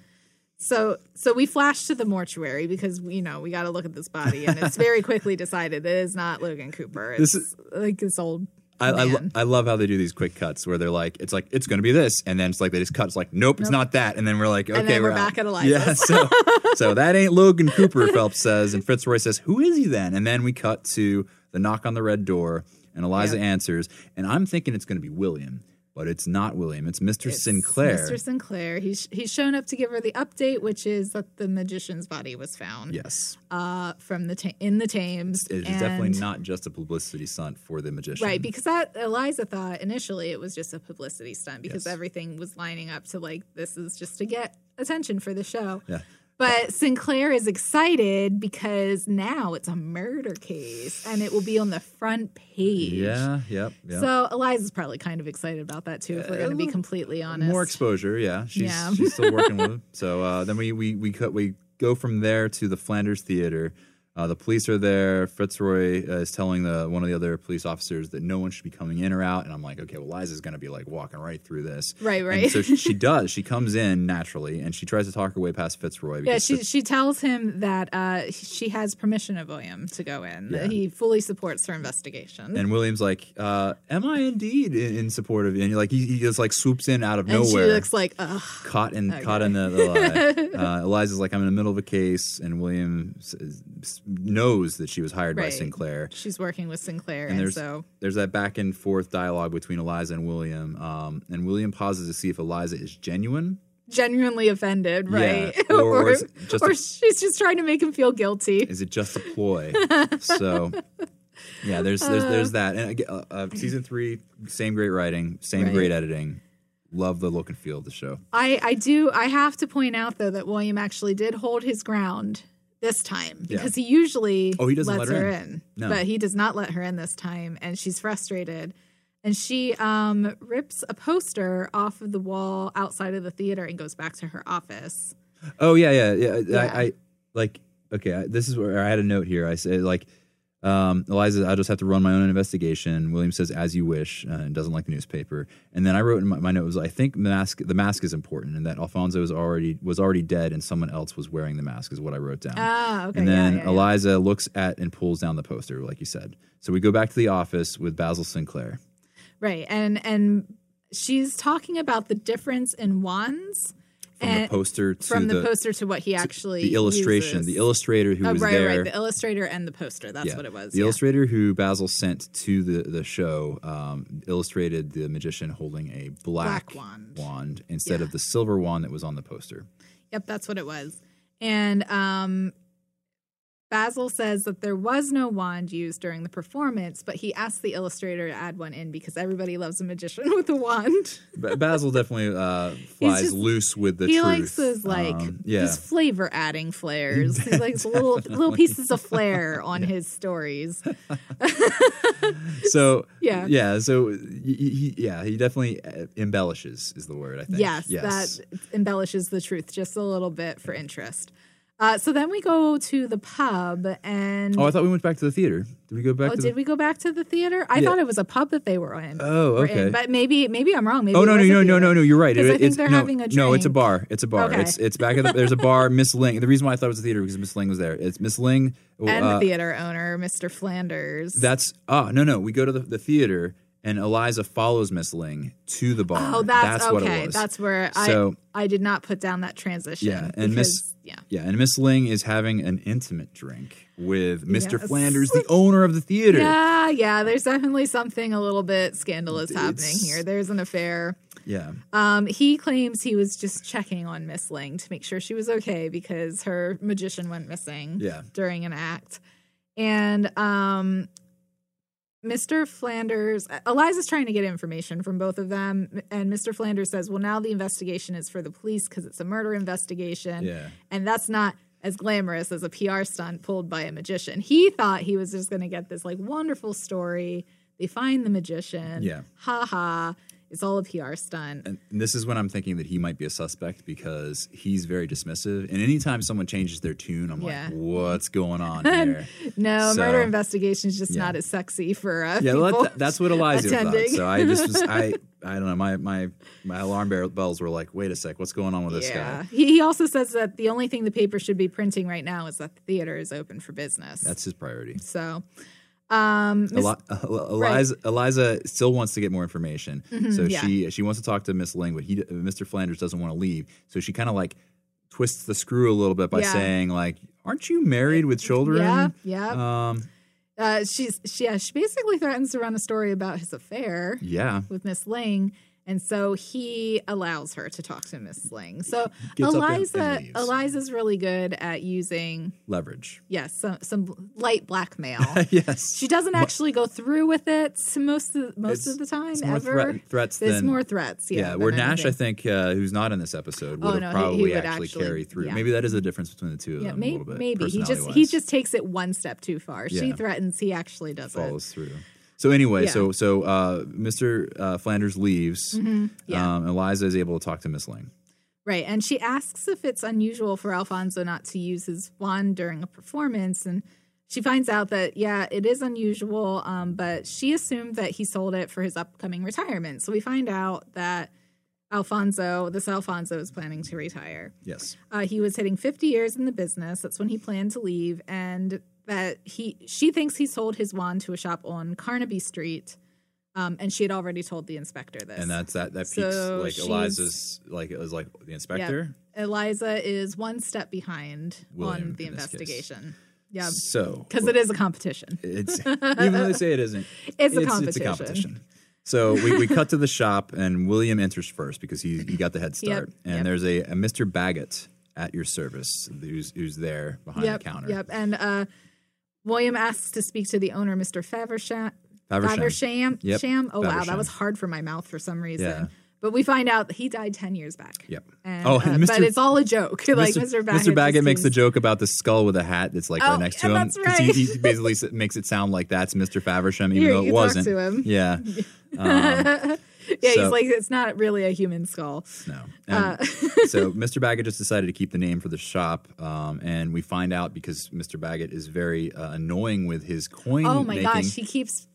[SPEAKER 1] So so we flash to the mortuary because you know we got to look at this body and
[SPEAKER 2] <laughs>
[SPEAKER 1] it's very quickly decided it is not Logan Cooper. It's
[SPEAKER 2] This
[SPEAKER 1] like this old.
[SPEAKER 2] I, I, lo-
[SPEAKER 1] man.
[SPEAKER 2] I love how they do these quick cuts where they're like, it's like it's going to be this, and then it's like they just cut. It's like, nope, it's not that, and then we're like, okay,
[SPEAKER 1] then we're
[SPEAKER 2] out. <laughs>
[SPEAKER 1] back at Eliza's.
[SPEAKER 2] Yeah, so so that ain't Logan Cooper. Phelps says, and Fitzroy says, who is he then? And then we cut to the knock on the red door, and Eliza answers, and I'm thinking it's going to be William, but it's not William. It's Mr. Sinclair.
[SPEAKER 1] Mr. Sinclair. He's he's shown up to give her the update, which is that the magician's body was found.
[SPEAKER 2] Yes,
[SPEAKER 1] Uh, from the ta- in the Thames.
[SPEAKER 2] it is
[SPEAKER 1] and-
[SPEAKER 2] definitely not just a publicity stunt for the magician.
[SPEAKER 1] Right, because that Eliza thought initially it was just a publicity stunt because
[SPEAKER 2] Yes.
[SPEAKER 1] everything was lining up to like this is just to get attention for the show.
[SPEAKER 2] Yeah.
[SPEAKER 1] But Sinclair is excited because now it's a murder case and it will be on the front page.
[SPEAKER 2] Yeah. Yep. Yep.
[SPEAKER 1] So Eliza's probably kind of excited about that too, if we're going to be completely honest.
[SPEAKER 2] More exposure, yeah. She's
[SPEAKER 1] Yeah.
[SPEAKER 2] she's still working with him. So uh, then we we we cut we go from there to the Flanders Theater. Uh, the police are there. Fitzroy uh, is telling the one of the other police officers that no one should be coming in or out. And I'm like, okay, well, Liza's going to be like walking right through this.
[SPEAKER 1] Right,
[SPEAKER 2] And
[SPEAKER 1] right.
[SPEAKER 2] so she, she does. She comes in naturally, and she tries to talk her way past Fitzroy.
[SPEAKER 1] yeah,
[SPEAKER 2] Because
[SPEAKER 1] she she tells him that uh, she has permission of William to go in. That he fully supports her investigation.
[SPEAKER 2] and William's like, uh, "Am I indeed in, in support of you?" And like he, he just like swoops in out of
[SPEAKER 1] And
[SPEAKER 2] nowhere.
[SPEAKER 1] she looks like, ugh.
[SPEAKER 2] caught in caught in the, the
[SPEAKER 1] <laughs>
[SPEAKER 2] lie. Uh, Eliza's like, I'm in the middle of a case, and William s- s- knows that she was hired by
[SPEAKER 1] Right.
[SPEAKER 2] Sinclair.
[SPEAKER 1] She's working with Sinclair, and,
[SPEAKER 2] And there's
[SPEAKER 1] so
[SPEAKER 2] there's that back and forth dialogue between Eliza and William, um, and William pauses to see if Eliza is genuine.
[SPEAKER 1] genuinely offended,
[SPEAKER 2] Yeah,
[SPEAKER 1] right?
[SPEAKER 2] or- or is it
[SPEAKER 1] <laughs>
[SPEAKER 2] just
[SPEAKER 1] or
[SPEAKER 2] a-
[SPEAKER 1] she's just trying to make him feel guilty.
[SPEAKER 2] Is it just a ploy?
[SPEAKER 1] <laughs>
[SPEAKER 2] so. Yeah, there's there's there's that. And again, uh, uh, season three, same great writing, same
[SPEAKER 1] Right.
[SPEAKER 2] great editing. Love the look and feel of the show.
[SPEAKER 1] I, I do I have to point out though that William actually did hold his ground this time
[SPEAKER 2] Yeah.
[SPEAKER 1] because he usually
[SPEAKER 2] Oh, he doesn't
[SPEAKER 1] lets
[SPEAKER 2] let her
[SPEAKER 1] her
[SPEAKER 2] in.
[SPEAKER 1] in,
[SPEAKER 2] No.
[SPEAKER 1] but he does not let her in this time and she's frustrated and she um, rips a poster off of the wall outside of the theater and goes back to her office.
[SPEAKER 2] Oh yeah, yeah, yeah.
[SPEAKER 1] Yeah.
[SPEAKER 2] I, I like okay. I, this is where I had a note here. I said like, um, Eliza, I just have to run my own investigation. William says, "As you wish," uh, and doesn't like the newspaper. And then I wrote in my, my note was, I think mask the mask is important, and that Alfonso was already was already dead, and someone else was wearing the mask is what I wrote down.
[SPEAKER 1] Ah, okay.
[SPEAKER 2] Oh. And
[SPEAKER 1] yeah,
[SPEAKER 2] then
[SPEAKER 1] yeah, yeah.
[SPEAKER 2] Eliza looks at and pulls down the poster, like you said. So we go back to the office with Basil Sinclair.
[SPEAKER 1] Right. And and she's talking about the difference in wands
[SPEAKER 2] From the
[SPEAKER 1] and
[SPEAKER 2] poster to
[SPEAKER 1] Eh, from the,
[SPEAKER 2] the,
[SPEAKER 1] poster to what he actually
[SPEAKER 2] the illustration,
[SPEAKER 1] uses.
[SPEAKER 2] the illustrator who
[SPEAKER 1] Oh,
[SPEAKER 2] was
[SPEAKER 1] right,
[SPEAKER 2] there.
[SPEAKER 1] right. The illustrator and the poster. That's
[SPEAKER 2] Yeah.
[SPEAKER 1] what it was.
[SPEAKER 2] The
[SPEAKER 1] yeah.
[SPEAKER 2] illustrator who Basil sent to the the show um, illustrated the magician holding a black,
[SPEAKER 1] Black wand.
[SPEAKER 2] wand instead of the silver wand that was on the poster.
[SPEAKER 1] Yep, that's what it was. And um, Basil says that there was no wand used during the performance, but he asked the illustrator to add one in because everybody loves a magician <laughs> with a wand.
[SPEAKER 2] But Basil
[SPEAKER 1] <laughs>
[SPEAKER 2] definitely uh, flies
[SPEAKER 1] just-
[SPEAKER 2] loose with the
[SPEAKER 1] he
[SPEAKER 2] truth.
[SPEAKER 1] likes those like
[SPEAKER 2] Um, yeah.
[SPEAKER 1] these flavor adding flares. he likes little little pieces of flair on his
[SPEAKER 2] <laughs>
[SPEAKER 1] stories.
[SPEAKER 2] <laughs> So
[SPEAKER 1] Yeah.
[SPEAKER 2] yeah. So he, he, yeah, he definitely uh, embellishes is the word I think.
[SPEAKER 1] Yes, that embellishes the truth just a little bit for interest. Uh, so then we go to the pub and
[SPEAKER 2] Oh, I thought we went back to the theater. Did we go back?
[SPEAKER 1] Oh,
[SPEAKER 2] to
[SPEAKER 1] did
[SPEAKER 2] the-
[SPEAKER 1] we go back to the theater? I thought it was a pub that they were in.
[SPEAKER 2] Oh,
[SPEAKER 1] were
[SPEAKER 2] okay.
[SPEAKER 1] in, but maybe maybe I'm wrong. Maybe
[SPEAKER 2] Oh
[SPEAKER 1] it
[SPEAKER 2] no no
[SPEAKER 1] was a
[SPEAKER 2] no no no
[SPEAKER 1] theater.
[SPEAKER 2] no! You're right.
[SPEAKER 1] 'Cause I
[SPEAKER 2] It-
[SPEAKER 1] think
[SPEAKER 2] it's,
[SPEAKER 1] they're
[SPEAKER 2] no,
[SPEAKER 1] having a
[SPEAKER 2] no, it's a
[SPEAKER 1] drink.
[SPEAKER 2] bar. It's a bar.
[SPEAKER 1] Okay.
[SPEAKER 2] It's it's back at the, there's a bar. Miss Ling. The reason why I thought it was a theater because Miss Ling was there. It's Miss Ling
[SPEAKER 1] And
[SPEAKER 2] uh,
[SPEAKER 1] the theater owner, Mr. Flanders.
[SPEAKER 2] That's ah no no. We go to the, the theater and Eliza follows Miss Ling to the bar.
[SPEAKER 1] Oh, that's,
[SPEAKER 2] what
[SPEAKER 1] okay.
[SPEAKER 2] it was.
[SPEAKER 1] That's where
[SPEAKER 2] So-
[SPEAKER 1] I I did not put down that transition.
[SPEAKER 2] Yeah, and Miss-
[SPEAKER 1] because- yeah.
[SPEAKER 2] yeah, and Miss Ling is having an intimate drink with Mr.
[SPEAKER 1] Yes.
[SPEAKER 2] Flanders, the owner of the theater.
[SPEAKER 1] Yeah, yeah. There's definitely something a little bit scandalous happening
[SPEAKER 2] It's-
[SPEAKER 1] here. There's an affair.
[SPEAKER 2] Yeah.
[SPEAKER 1] Um, he claims he was just checking on Miss Ling to make sure she was okay because her magician went missing
[SPEAKER 2] Yeah.
[SPEAKER 1] during an act. And um, Mr. Flanders, Eliza's trying to get information from both of them. And Mr. Flanders says, well, now the investigation is for the police because it's a murder investigation.
[SPEAKER 2] Yeah.
[SPEAKER 1] And that's not as glamorous as a PR stunt pulled by a magician. He thought he was just going to get this like wonderful story. They find the magician.
[SPEAKER 2] Yeah.
[SPEAKER 1] Ha ha. It's all a PR stunt.
[SPEAKER 2] And this is when I'm thinking that he might be a suspect because he's very dismissive. And anytime someone changes their tune, I'm
[SPEAKER 1] Yeah.
[SPEAKER 2] like, what's
[SPEAKER 1] <laughs>
[SPEAKER 2] going on here?
[SPEAKER 1] No,
[SPEAKER 2] So-
[SPEAKER 1] murder investigation is just
[SPEAKER 2] Yeah.
[SPEAKER 1] not as sexy for uh,
[SPEAKER 2] yeah,
[SPEAKER 1] people.
[SPEAKER 2] well, that, that's what Eliza
[SPEAKER 1] attending.
[SPEAKER 2] thought. So I just
[SPEAKER 1] <laughs>
[SPEAKER 2] was, I, I don't know. My, my, my alarm bell- bells were like, wait a sec, what's going on with this
[SPEAKER 1] yeah.
[SPEAKER 2] guy?
[SPEAKER 1] He, he also says that the only thing the paper should be printing right now is that the theater is open for business.
[SPEAKER 2] That's his priority.
[SPEAKER 1] so. Um, Miss-
[SPEAKER 2] Eli- Eliza, Eliza still wants to get more information, so
[SPEAKER 1] Mm-hmm. yeah.
[SPEAKER 2] she she wants to talk to Miss Ling, but he, Mr. Flanders doesn't want to leave, so she kind of like twists the screw a little bit by
[SPEAKER 1] Yeah.
[SPEAKER 2] saying like, "Aren't you married with children?"
[SPEAKER 1] yeah, yeah.
[SPEAKER 2] Um,
[SPEAKER 1] Uh, she's she, yeah, she basically threatens to run a story about his affair.
[SPEAKER 2] yeah.
[SPEAKER 1] with Miss Ling. And so he allows her to talk to Miss Ling. So
[SPEAKER 2] Gets up and- and
[SPEAKER 1] Eliza
[SPEAKER 2] leaves.
[SPEAKER 1] Eliza's really good at using
[SPEAKER 2] Leverage. <laughs>
[SPEAKER 1] yes, some some light blackmail.
[SPEAKER 2] yes.
[SPEAKER 1] she doesn't actually go through with it s- most of most
[SPEAKER 2] It's-
[SPEAKER 1] of the time
[SPEAKER 2] It's more
[SPEAKER 1] ever.
[SPEAKER 2] threat- threats
[SPEAKER 1] There's
[SPEAKER 2] than
[SPEAKER 1] more threats, yeah.
[SPEAKER 2] yeah.
[SPEAKER 1] than
[SPEAKER 2] where Nash, I
[SPEAKER 1] anything.
[SPEAKER 2] think, uh, who's not in this episode,
[SPEAKER 1] Oh,
[SPEAKER 2] would have
[SPEAKER 1] no, he- he
[SPEAKER 2] probably
[SPEAKER 1] would
[SPEAKER 2] actually,
[SPEAKER 1] actually-
[SPEAKER 2] carry through.
[SPEAKER 1] yeah.
[SPEAKER 2] Maybe that is the difference between the two of
[SPEAKER 1] yeah,
[SPEAKER 2] them a
[SPEAKER 1] maybe,
[SPEAKER 2] little bit.
[SPEAKER 1] maybe he just he
[SPEAKER 2] personality-wise.
[SPEAKER 1] just takes it one step too far. She
[SPEAKER 2] Yeah.
[SPEAKER 1] threatens, he actually doesn't.
[SPEAKER 2] follows through. So anyway,
[SPEAKER 1] Yeah.
[SPEAKER 2] so so uh, Mr. Uh, Flanders leaves.
[SPEAKER 1] Mm-hmm. yeah.
[SPEAKER 2] Um, Eliza is able to talk to Miss Ling.
[SPEAKER 1] Right. And she asks if it's unusual for Alfonso not to use his wand during a performance. And she finds out that, yeah, it is unusual, um, but she assumed that he sold it for his upcoming retirement. So we find out that Alfonso, this Alfonso, is planning to retire.
[SPEAKER 2] Yes.
[SPEAKER 1] Uh, he was hitting 50 years in the business. That's when he planned to leave. And that he, she thinks he sold his wand to a shop on Carnaby Street. Um, and she had already told the inspector this.
[SPEAKER 2] And that's that that peaks
[SPEAKER 1] So
[SPEAKER 2] like
[SPEAKER 1] she's-
[SPEAKER 2] Eliza's like it was like the inspector.
[SPEAKER 1] Eliza is one step behind
[SPEAKER 2] William,
[SPEAKER 1] on the
[SPEAKER 2] in this case.
[SPEAKER 1] investigation. Yeah,
[SPEAKER 2] So
[SPEAKER 1] because it is a competition. <laughs>
[SPEAKER 2] it's even though they say it isn't,
[SPEAKER 1] It's a
[SPEAKER 2] It's a
[SPEAKER 1] competition.
[SPEAKER 2] competition. So we, we cut to the shop and William enters first because he, he got the head start. and
[SPEAKER 1] yep.
[SPEAKER 2] there's a, a Mr. Baggett at your service who's who's there behind
[SPEAKER 1] Yep,
[SPEAKER 2] the counter.
[SPEAKER 1] yep. And uh, William asks to speak to the owner, Mr. Faversham.
[SPEAKER 2] Faversham.
[SPEAKER 1] Faversham.
[SPEAKER 2] Yep,
[SPEAKER 1] Sham? Oh wow, that
[SPEAKER 2] Faversham.
[SPEAKER 1] was hard for my mouth for some reason.
[SPEAKER 2] Yeah.
[SPEAKER 1] But we find out that he died ten years back.
[SPEAKER 2] Yep.
[SPEAKER 1] And,
[SPEAKER 2] Oh, <laughs>
[SPEAKER 1] oh,
[SPEAKER 2] and
[SPEAKER 1] but
[SPEAKER 2] Mr.
[SPEAKER 1] it's all a joke. <laughs> like Mr. Baggett.
[SPEAKER 2] Mr. Baggett
[SPEAKER 1] just
[SPEAKER 2] makes the
[SPEAKER 1] seems-
[SPEAKER 2] joke about the skull with a hat that's like
[SPEAKER 1] Oh,
[SPEAKER 2] right next to
[SPEAKER 1] yeah,
[SPEAKER 2] him.
[SPEAKER 1] that's
[SPEAKER 2] 'cause He, he basically s- makes it sound like that's Mr. Faversham, even
[SPEAKER 1] Here,
[SPEAKER 2] though it
[SPEAKER 1] you talk
[SPEAKER 2] wasn't.
[SPEAKER 1] to him.
[SPEAKER 2] Yeah.
[SPEAKER 1] <laughs> Yeah,
[SPEAKER 2] so-
[SPEAKER 1] he's like it's not really a human skull.
[SPEAKER 2] No.
[SPEAKER 1] Uh.
[SPEAKER 2] And
[SPEAKER 1] <laughs>
[SPEAKER 2] so Mr. Baggett just decided to keep the name for the shop, um, and we find out because Mr. Baggett is very uh, annoying with his coin.
[SPEAKER 1] Oh my
[SPEAKER 2] making.
[SPEAKER 1] gosh, he keeps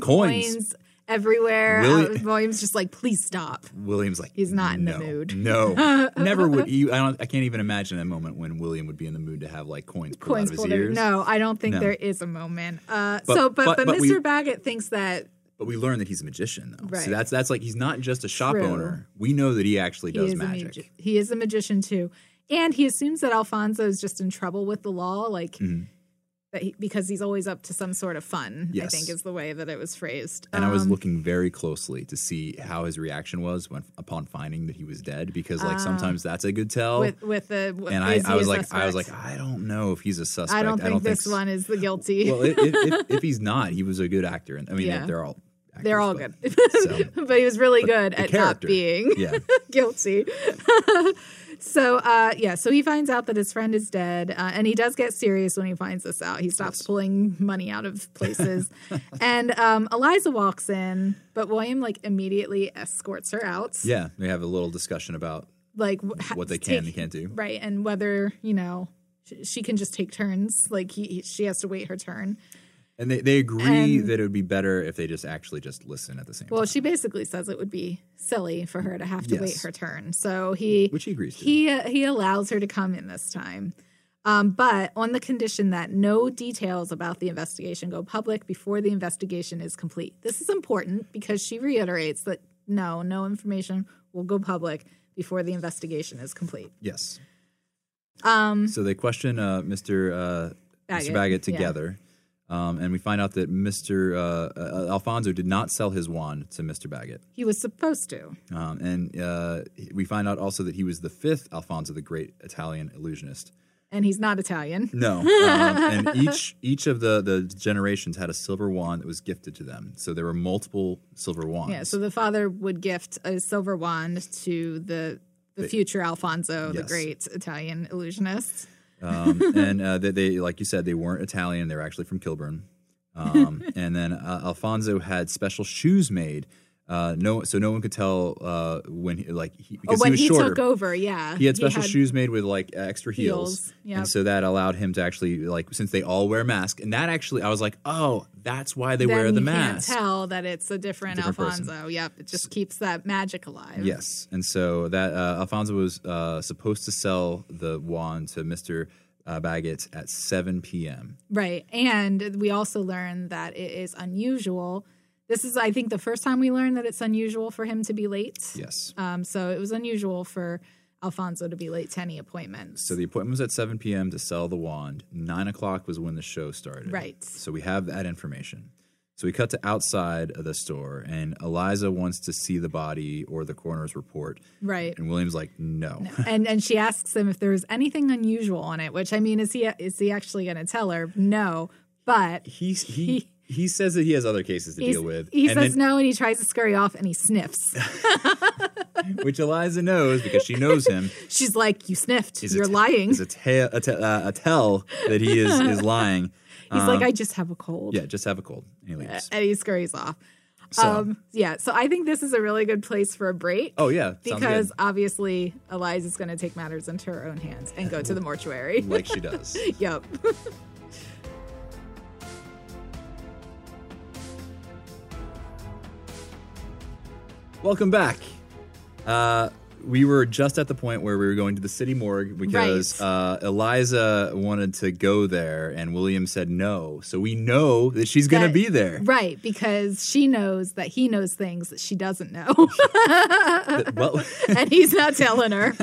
[SPEAKER 1] pulling
[SPEAKER 2] coins.
[SPEAKER 1] coins. everywhere.
[SPEAKER 2] Willi-
[SPEAKER 1] Uh, William's just like, please stop.
[SPEAKER 2] William's like
[SPEAKER 1] He's not in the
[SPEAKER 2] "No,
[SPEAKER 1] mood." <laughs>
[SPEAKER 2] No, never would. You, I don't. I can't even imagine a moment when William would be in the mood to have like coins pulled
[SPEAKER 1] Coins
[SPEAKER 2] out of
[SPEAKER 1] pulled
[SPEAKER 2] his
[SPEAKER 1] every-
[SPEAKER 2] ears.
[SPEAKER 1] No, I don't think
[SPEAKER 2] No.
[SPEAKER 1] there is a moment. Uh,
[SPEAKER 2] But-
[SPEAKER 1] so, but
[SPEAKER 2] but-
[SPEAKER 1] but,
[SPEAKER 2] but
[SPEAKER 1] Mr.
[SPEAKER 2] we-
[SPEAKER 1] Baggett thinks that
[SPEAKER 2] But we learn that he's a magician, though.
[SPEAKER 1] Right.
[SPEAKER 2] So that's that's like he's not just a shop
[SPEAKER 1] True.
[SPEAKER 2] owner. We know that he actually
[SPEAKER 1] he
[SPEAKER 2] does
[SPEAKER 1] is a
[SPEAKER 2] magic.
[SPEAKER 1] magi- he is a magician too, and he assumes that Alfonso is just in trouble with the law, like
[SPEAKER 2] Mm-hmm.
[SPEAKER 1] that he, because he's always up to some sort of fun. I
[SPEAKER 2] Yes.
[SPEAKER 1] think is the way that it was phrased.
[SPEAKER 2] And I was
[SPEAKER 1] Um,
[SPEAKER 2] looking very closely to see how his reaction was when upon finding that he was dead, because like sometimes that's a good tell.
[SPEAKER 1] Ah. with with the with
[SPEAKER 2] oh. and I,
[SPEAKER 1] is he
[SPEAKER 2] I
[SPEAKER 1] a
[SPEAKER 2] was like, I was
[SPEAKER 1] suspect?
[SPEAKER 2] like, I don't know if he's a suspect.
[SPEAKER 1] I don't think this
[SPEAKER 2] s-
[SPEAKER 1] one is the guilty.
[SPEAKER 2] Well, i- if, if, if he's not, he was a good actor, and I mean,
[SPEAKER 1] Yeah.
[SPEAKER 2] they're all actors,
[SPEAKER 1] They're all
[SPEAKER 2] but-
[SPEAKER 1] good, <laughs>
[SPEAKER 2] so,
[SPEAKER 1] <laughs> but he was really good
[SPEAKER 2] the
[SPEAKER 1] at not
[SPEAKER 2] character.
[SPEAKER 1] being. <laughs>
[SPEAKER 2] yeah,
[SPEAKER 1] guilty. <laughs> so uh, yeah, so he finds out that his friend is dead, uh, and he does get serious when he finds this out. He stops pulling money out
[SPEAKER 2] <laughs>
[SPEAKER 1] of places, and um, Eliza walks in, but William like immediately escorts her out.
[SPEAKER 2] yeah. They have a little discussion about
[SPEAKER 1] like wh-
[SPEAKER 2] what they
[SPEAKER 1] to
[SPEAKER 2] can and
[SPEAKER 1] take-
[SPEAKER 2] can't do.
[SPEAKER 1] right, and whether you know sh- she can just take turns. Like he, he- she has to wait her turn.
[SPEAKER 2] And they, they agree
[SPEAKER 1] And-
[SPEAKER 2] that it would be better if they just actually just listen at the same
[SPEAKER 1] Well,
[SPEAKER 2] time.
[SPEAKER 1] she basically says it would be silly for her to have to wait
[SPEAKER 2] Yes.
[SPEAKER 1] her turn. So he
[SPEAKER 2] Which he agrees to.
[SPEAKER 1] He uh, he allows her to come in this time. Um, but on the condition that no details about the investigation go public before the investigation is complete. This is important because she reiterates that no, no information will go public before the investigation is complete.
[SPEAKER 2] Yes.
[SPEAKER 1] Um,
[SPEAKER 2] So they question uh, Mr. Uh,
[SPEAKER 1] Baggett,
[SPEAKER 2] Mr. Baggett
[SPEAKER 1] yeah.
[SPEAKER 2] together, um, and we find out that Mr. Uh, uh, Alfonso did not sell his wand to Mr. Baggett,
[SPEAKER 1] he was supposed to.
[SPEAKER 2] um, and uh, we find out also that he was the fifth Alfonso the Great Italian illusionist.
[SPEAKER 1] and he's not Italian.
[SPEAKER 2] No, um, and each each of the the generations had a silver wand that was gifted to them. So there were multiple silver wands.
[SPEAKER 1] Yeah, so the father would gift a silver wand to the the future Alfonso, the
[SPEAKER 2] Yes.
[SPEAKER 1] great Italian illusionist.
[SPEAKER 2] um, and uh, they, they, like you said, they weren't Italian. They were actually from Kilburn.
[SPEAKER 1] <laughs>
[SPEAKER 2] Um, and then uh, Alfonso had special shoes made. Uh, no, so no one could tell uh, when, he, like, he,
[SPEAKER 1] Or
[SPEAKER 2] because
[SPEAKER 1] Oh, when
[SPEAKER 2] he was
[SPEAKER 1] he
[SPEAKER 2] shorter.
[SPEAKER 1] took over, yeah.
[SPEAKER 2] he had special shoes made with like extra heels,
[SPEAKER 1] Heels, yep.
[SPEAKER 2] and so that allowed him to actually like since they all wear masks. And that actually, I was like, oh, that's why they
[SPEAKER 1] Then
[SPEAKER 2] wear the
[SPEAKER 1] you
[SPEAKER 2] mask.
[SPEAKER 1] can't tell that it's a different,
[SPEAKER 2] Different person.
[SPEAKER 1] Alfonso. Yep, it just keeps that magic alive.
[SPEAKER 2] Yes, and so that uh, Alfonso was uh, supposed to sell the wand to Mister uh, Baggett at seven p.m.
[SPEAKER 1] Right. And we also learn that it is unusual. This is, I think, the first time we learned that it's unusual for him to be late.
[SPEAKER 2] Yes.
[SPEAKER 1] Um, so it was unusual for Alfonso to be late to any appointments.
[SPEAKER 2] So the appointment was at 7 p.m. to sell the wand. Nine o'clock was when the show started.
[SPEAKER 1] Right.
[SPEAKER 2] So we have that information. So we cut to outside of the store, and Eliza wants to see the body or the coroner's report.
[SPEAKER 1] right.
[SPEAKER 2] And William's like, no.
[SPEAKER 1] and and she asks him if there was anything unusual on it. Which I mean, is he is he actually going to tell her? No, but
[SPEAKER 2] He, he, he says that he has other cases to
[SPEAKER 1] he's-
[SPEAKER 2] deal with,
[SPEAKER 1] he
[SPEAKER 2] and
[SPEAKER 1] says
[SPEAKER 2] then-
[SPEAKER 1] no, and he tries to scurry off, and he
[SPEAKER 2] <laughs>
[SPEAKER 1] sniffs.
[SPEAKER 2] which Eliza knows because she
[SPEAKER 1] <laughs>
[SPEAKER 2] knows him.
[SPEAKER 1] She's like, "You sniffed.
[SPEAKER 2] is a
[SPEAKER 1] You're
[SPEAKER 2] te-
[SPEAKER 1] lying."
[SPEAKER 2] Is a, ta- a, ta- uh, a tell that he is,
[SPEAKER 1] <laughs>
[SPEAKER 2] is lying.
[SPEAKER 1] He's like, "I just have a cold,"
[SPEAKER 2] um, Yeah, just have a cold. And he leaves.
[SPEAKER 1] and he scurries off.
[SPEAKER 2] So-
[SPEAKER 1] Um, yeah, so I think this is a really good place for a break.
[SPEAKER 2] Oh, yeah. sounds good.
[SPEAKER 1] Because obviously, Eliza's going to take matters into her own hands and go to the
[SPEAKER 2] <laughs>
[SPEAKER 1] mortuary.
[SPEAKER 2] <laughs>
[SPEAKER 1] <laughs>
[SPEAKER 2] Like she does.
[SPEAKER 1] yep.
[SPEAKER 2] Welcome back. Uh, we were just at the point where we were going to the city morgue because
[SPEAKER 1] Right.
[SPEAKER 2] uh, Eliza wanted to go there and William said no. So we know that she's going to
[SPEAKER 1] That- <laughs>
[SPEAKER 2] be there.
[SPEAKER 1] Right, because she knows that he knows things that she doesn't
[SPEAKER 2] <laughs>
[SPEAKER 1] know. <laughs>
[SPEAKER 2] well,
[SPEAKER 1] and he's not telling her.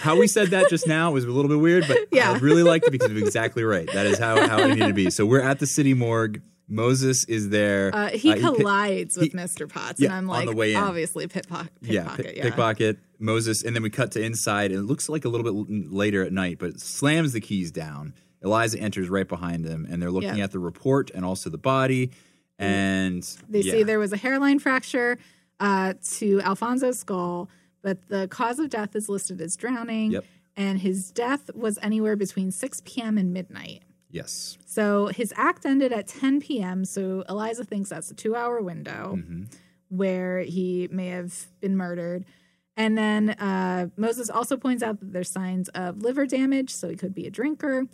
[SPEAKER 2] how we said that just now was a little bit weird, but I
[SPEAKER 1] Yeah.
[SPEAKER 2] really liked it because it was exactly right. That is how, how it needed to be. So we're at the city morgue. Moses is there.
[SPEAKER 1] Uh, he
[SPEAKER 2] Uh, pi-
[SPEAKER 1] collides with
[SPEAKER 2] he-
[SPEAKER 1] Mr. Potts,
[SPEAKER 2] yeah,
[SPEAKER 1] and I'm
[SPEAKER 2] on
[SPEAKER 1] like,
[SPEAKER 2] the way in.
[SPEAKER 1] obviously, pickpocket.
[SPEAKER 2] yeah,
[SPEAKER 1] Pickpocket,
[SPEAKER 2] pick-
[SPEAKER 1] yeah.
[SPEAKER 2] pickpocket Moses, and then we cut to inside. And it looks like a little bit l- later at night, but slams the keys down. Eliza enters right behind them, and they're looking
[SPEAKER 1] Yeah.
[SPEAKER 2] at the report and also the body. And
[SPEAKER 1] They
[SPEAKER 2] yeah,
[SPEAKER 1] see there was a hairline fracture uh, to Alfonso's skull, but the cause of death is listed as drowning.
[SPEAKER 2] Yep.
[SPEAKER 1] And his death was anywhere between 6 p.m. and midnight.
[SPEAKER 2] yes,
[SPEAKER 1] So his act ended at 10 p.m. So Eliza thinks that's a two hour window
[SPEAKER 2] Mm-hmm.
[SPEAKER 1] where he may have been murdered. And then uh, Moses also points out that there's signs of liver damage, so he could be a drinker.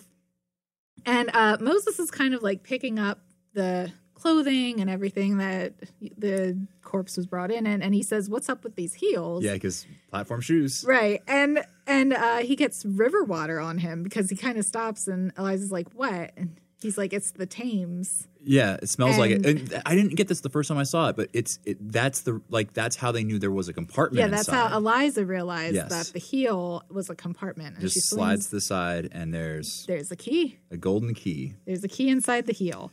[SPEAKER 1] And uh, Moses is kind of like picking up the clothing and everything that the corpse was brought in, and, and he says, "What's up with these heels?"
[SPEAKER 2] yeah, because platform shoes.
[SPEAKER 1] Right. And and uh, he gets river water on him because he kind of stops and Eliza's like, "What?" And he's like, "It's the Thames."
[SPEAKER 2] Yeah, it smells like it.
[SPEAKER 1] And-
[SPEAKER 2] And th- I didn't get this the first time I saw it, but it's it, that's the like that's how they knew there was a compartment.
[SPEAKER 1] yeah, that's
[SPEAKER 2] inside.
[SPEAKER 1] how Eliza realized
[SPEAKER 2] Yes.
[SPEAKER 1] that the heel was a compartment. And she
[SPEAKER 2] just
[SPEAKER 1] slides.
[SPEAKER 2] slides to the side, and there's
[SPEAKER 1] There's a key.
[SPEAKER 2] a golden key.
[SPEAKER 1] There's a key inside the heel.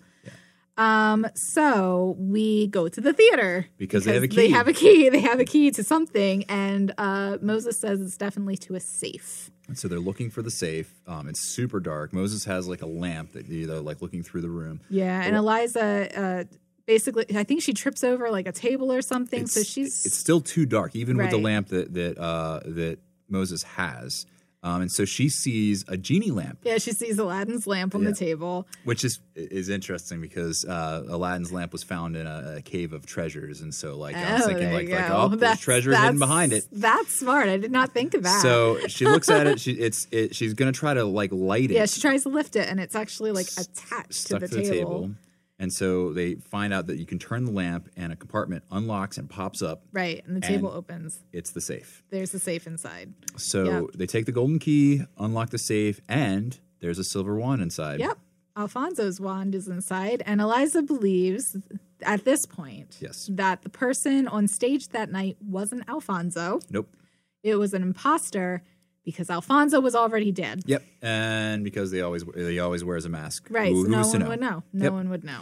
[SPEAKER 1] Um, so we go to the theater
[SPEAKER 2] Because they have a
[SPEAKER 1] They
[SPEAKER 2] key.
[SPEAKER 1] have a key. They have a key to something, and uh, Moses says it's definitely to a safe.
[SPEAKER 2] And so they're looking for the safe. Um, it's super dark. Moses has like a lamp that you know, like looking through the room.
[SPEAKER 1] Yeah, and Eliza uh, basically, I think she trips over like a table or something. so
[SPEAKER 2] It's-
[SPEAKER 1] she's
[SPEAKER 2] it's still too dark, even with the
[SPEAKER 1] Right.
[SPEAKER 2] lamp that that uh, that Moses has. Um, and so she sees a genie lamp,
[SPEAKER 1] yeah, she sees Aladdin's lamp on
[SPEAKER 2] Yeah.
[SPEAKER 1] the table.
[SPEAKER 2] which is is interesting because uh, Aladdin's lamp was found in a, a cave of treasures, and so like I was
[SPEAKER 1] oh,
[SPEAKER 2] thinking
[SPEAKER 1] there
[SPEAKER 2] like,
[SPEAKER 1] you
[SPEAKER 2] like
[SPEAKER 1] go.
[SPEAKER 2] oh, there's
[SPEAKER 1] That's-
[SPEAKER 2] treasure hidden
[SPEAKER 1] that's-
[SPEAKER 2] behind it.
[SPEAKER 1] That's smart. I did not think of that.
[SPEAKER 2] So she looks
[SPEAKER 1] <laughs>
[SPEAKER 2] at it. She it's it, she's gonna try to like light it.
[SPEAKER 1] yeah, she tries to lift it, and it's actually like attached
[SPEAKER 2] stuck
[SPEAKER 1] to the table.
[SPEAKER 2] And so they find out that you can turn the lamp and a compartment unlocks and pops up.
[SPEAKER 1] Right. And the table opens.
[SPEAKER 2] It's the safe.
[SPEAKER 1] There's the safe inside.
[SPEAKER 2] So
[SPEAKER 1] Yeah.
[SPEAKER 2] they take the golden key, unlock the safe, and there's a silver wand inside.
[SPEAKER 1] Yep. Alfonso's wand is inside, and Eliza believes at this point
[SPEAKER 2] Yes.
[SPEAKER 1] that the person on stage that night wasn't Alfonso.
[SPEAKER 2] Nope.
[SPEAKER 1] It was an imposter because Alfonso was already dead.
[SPEAKER 2] Yep. And because they always they always wears a mask.
[SPEAKER 1] Right.
[SPEAKER 2] Who-
[SPEAKER 1] so no
[SPEAKER 2] who's to
[SPEAKER 1] one would know. No
[SPEAKER 2] Yep.
[SPEAKER 1] one would know.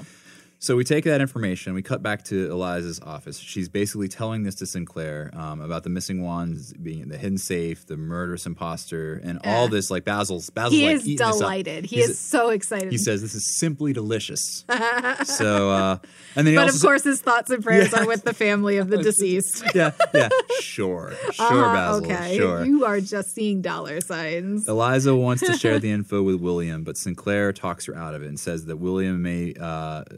[SPEAKER 2] So we take that information. We cut back to Eliza's office. She's basically telling this to Sinclair um, about the missing wands, being the hidden safe, the murderous imposter, and all
[SPEAKER 1] Yeah.
[SPEAKER 2] this. Like Basil's, Basil's
[SPEAKER 1] He
[SPEAKER 2] like
[SPEAKER 1] is
[SPEAKER 2] eating this up.
[SPEAKER 1] delighted. He
[SPEAKER 2] He's-
[SPEAKER 1] is so excited.
[SPEAKER 2] He says this is simply
[SPEAKER 1] <laughs>
[SPEAKER 2] delicious. so, uh, and then he
[SPEAKER 1] but
[SPEAKER 2] also
[SPEAKER 1] of course, his thoughts and prayers are with the family of the deceased.
[SPEAKER 2] yeah, <laughs> yeah,
[SPEAKER 1] <laughs>
[SPEAKER 2] sure, sure,
[SPEAKER 1] Uh-huh,
[SPEAKER 2] Basil,
[SPEAKER 1] okay.
[SPEAKER 2] sure.
[SPEAKER 1] You are just seeing dollar signs.
[SPEAKER 2] Eliza wants
[SPEAKER 1] <laughs>
[SPEAKER 2] to share the info with William, but Sinclair talks her out of it and says that William may uh,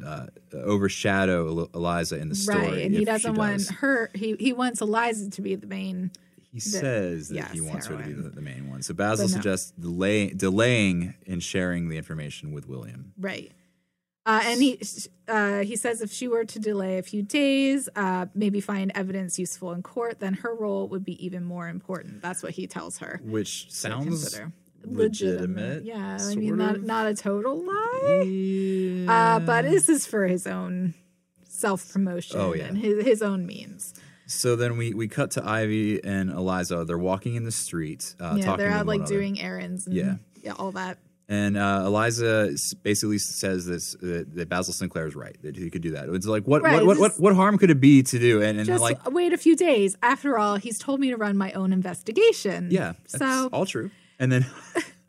[SPEAKER 2] uh, overshadow Eli- Eliza in the story.
[SPEAKER 1] Right. And
[SPEAKER 2] if
[SPEAKER 1] he
[SPEAKER 2] she
[SPEAKER 1] doesn't want
[SPEAKER 2] does.
[SPEAKER 1] her he he wants Eliza to be the main
[SPEAKER 2] He says that
[SPEAKER 1] yes,
[SPEAKER 2] he wants her to be
[SPEAKER 1] heroine.
[SPEAKER 2] the, the main one. So Basil
[SPEAKER 1] But no.
[SPEAKER 2] suggests delay, delaying in sharing the information with William.
[SPEAKER 1] Right. Uh, and he uh, he says if she were to delay a few days, uh, maybe find evidence useful in court, then her role would be even more important. That's what he tells her. to
[SPEAKER 2] Which sounds
[SPEAKER 1] consider.
[SPEAKER 2] legitimate,
[SPEAKER 1] Yeah, I
[SPEAKER 2] sort
[SPEAKER 1] mean, not
[SPEAKER 2] of.
[SPEAKER 1] not a total lie,
[SPEAKER 2] Yeah.
[SPEAKER 1] uh, but this is for his own self promotion
[SPEAKER 2] Oh, yeah.
[SPEAKER 1] and his, his own means.
[SPEAKER 2] so then we, we cut to Ivy and Eliza. They're walking in the street, uh,
[SPEAKER 1] yeah,
[SPEAKER 2] talking
[SPEAKER 1] they're
[SPEAKER 2] with
[SPEAKER 1] out
[SPEAKER 2] one
[SPEAKER 1] like
[SPEAKER 2] another.
[SPEAKER 1] doing errands and
[SPEAKER 2] Yeah.
[SPEAKER 1] yeah, all that.
[SPEAKER 2] And uh, Eliza s- basically says this, that, that Basil Sinclair is right that he could do that. It's like what
[SPEAKER 1] Right,
[SPEAKER 2] what, what,
[SPEAKER 1] this
[SPEAKER 2] what
[SPEAKER 1] is-
[SPEAKER 2] what harm could it be to do? And, and
[SPEAKER 1] Just
[SPEAKER 2] like
[SPEAKER 1] wait a few days. After all, he's told me to run my own investigation.
[SPEAKER 2] yeah, that's
[SPEAKER 1] so
[SPEAKER 2] all true. And then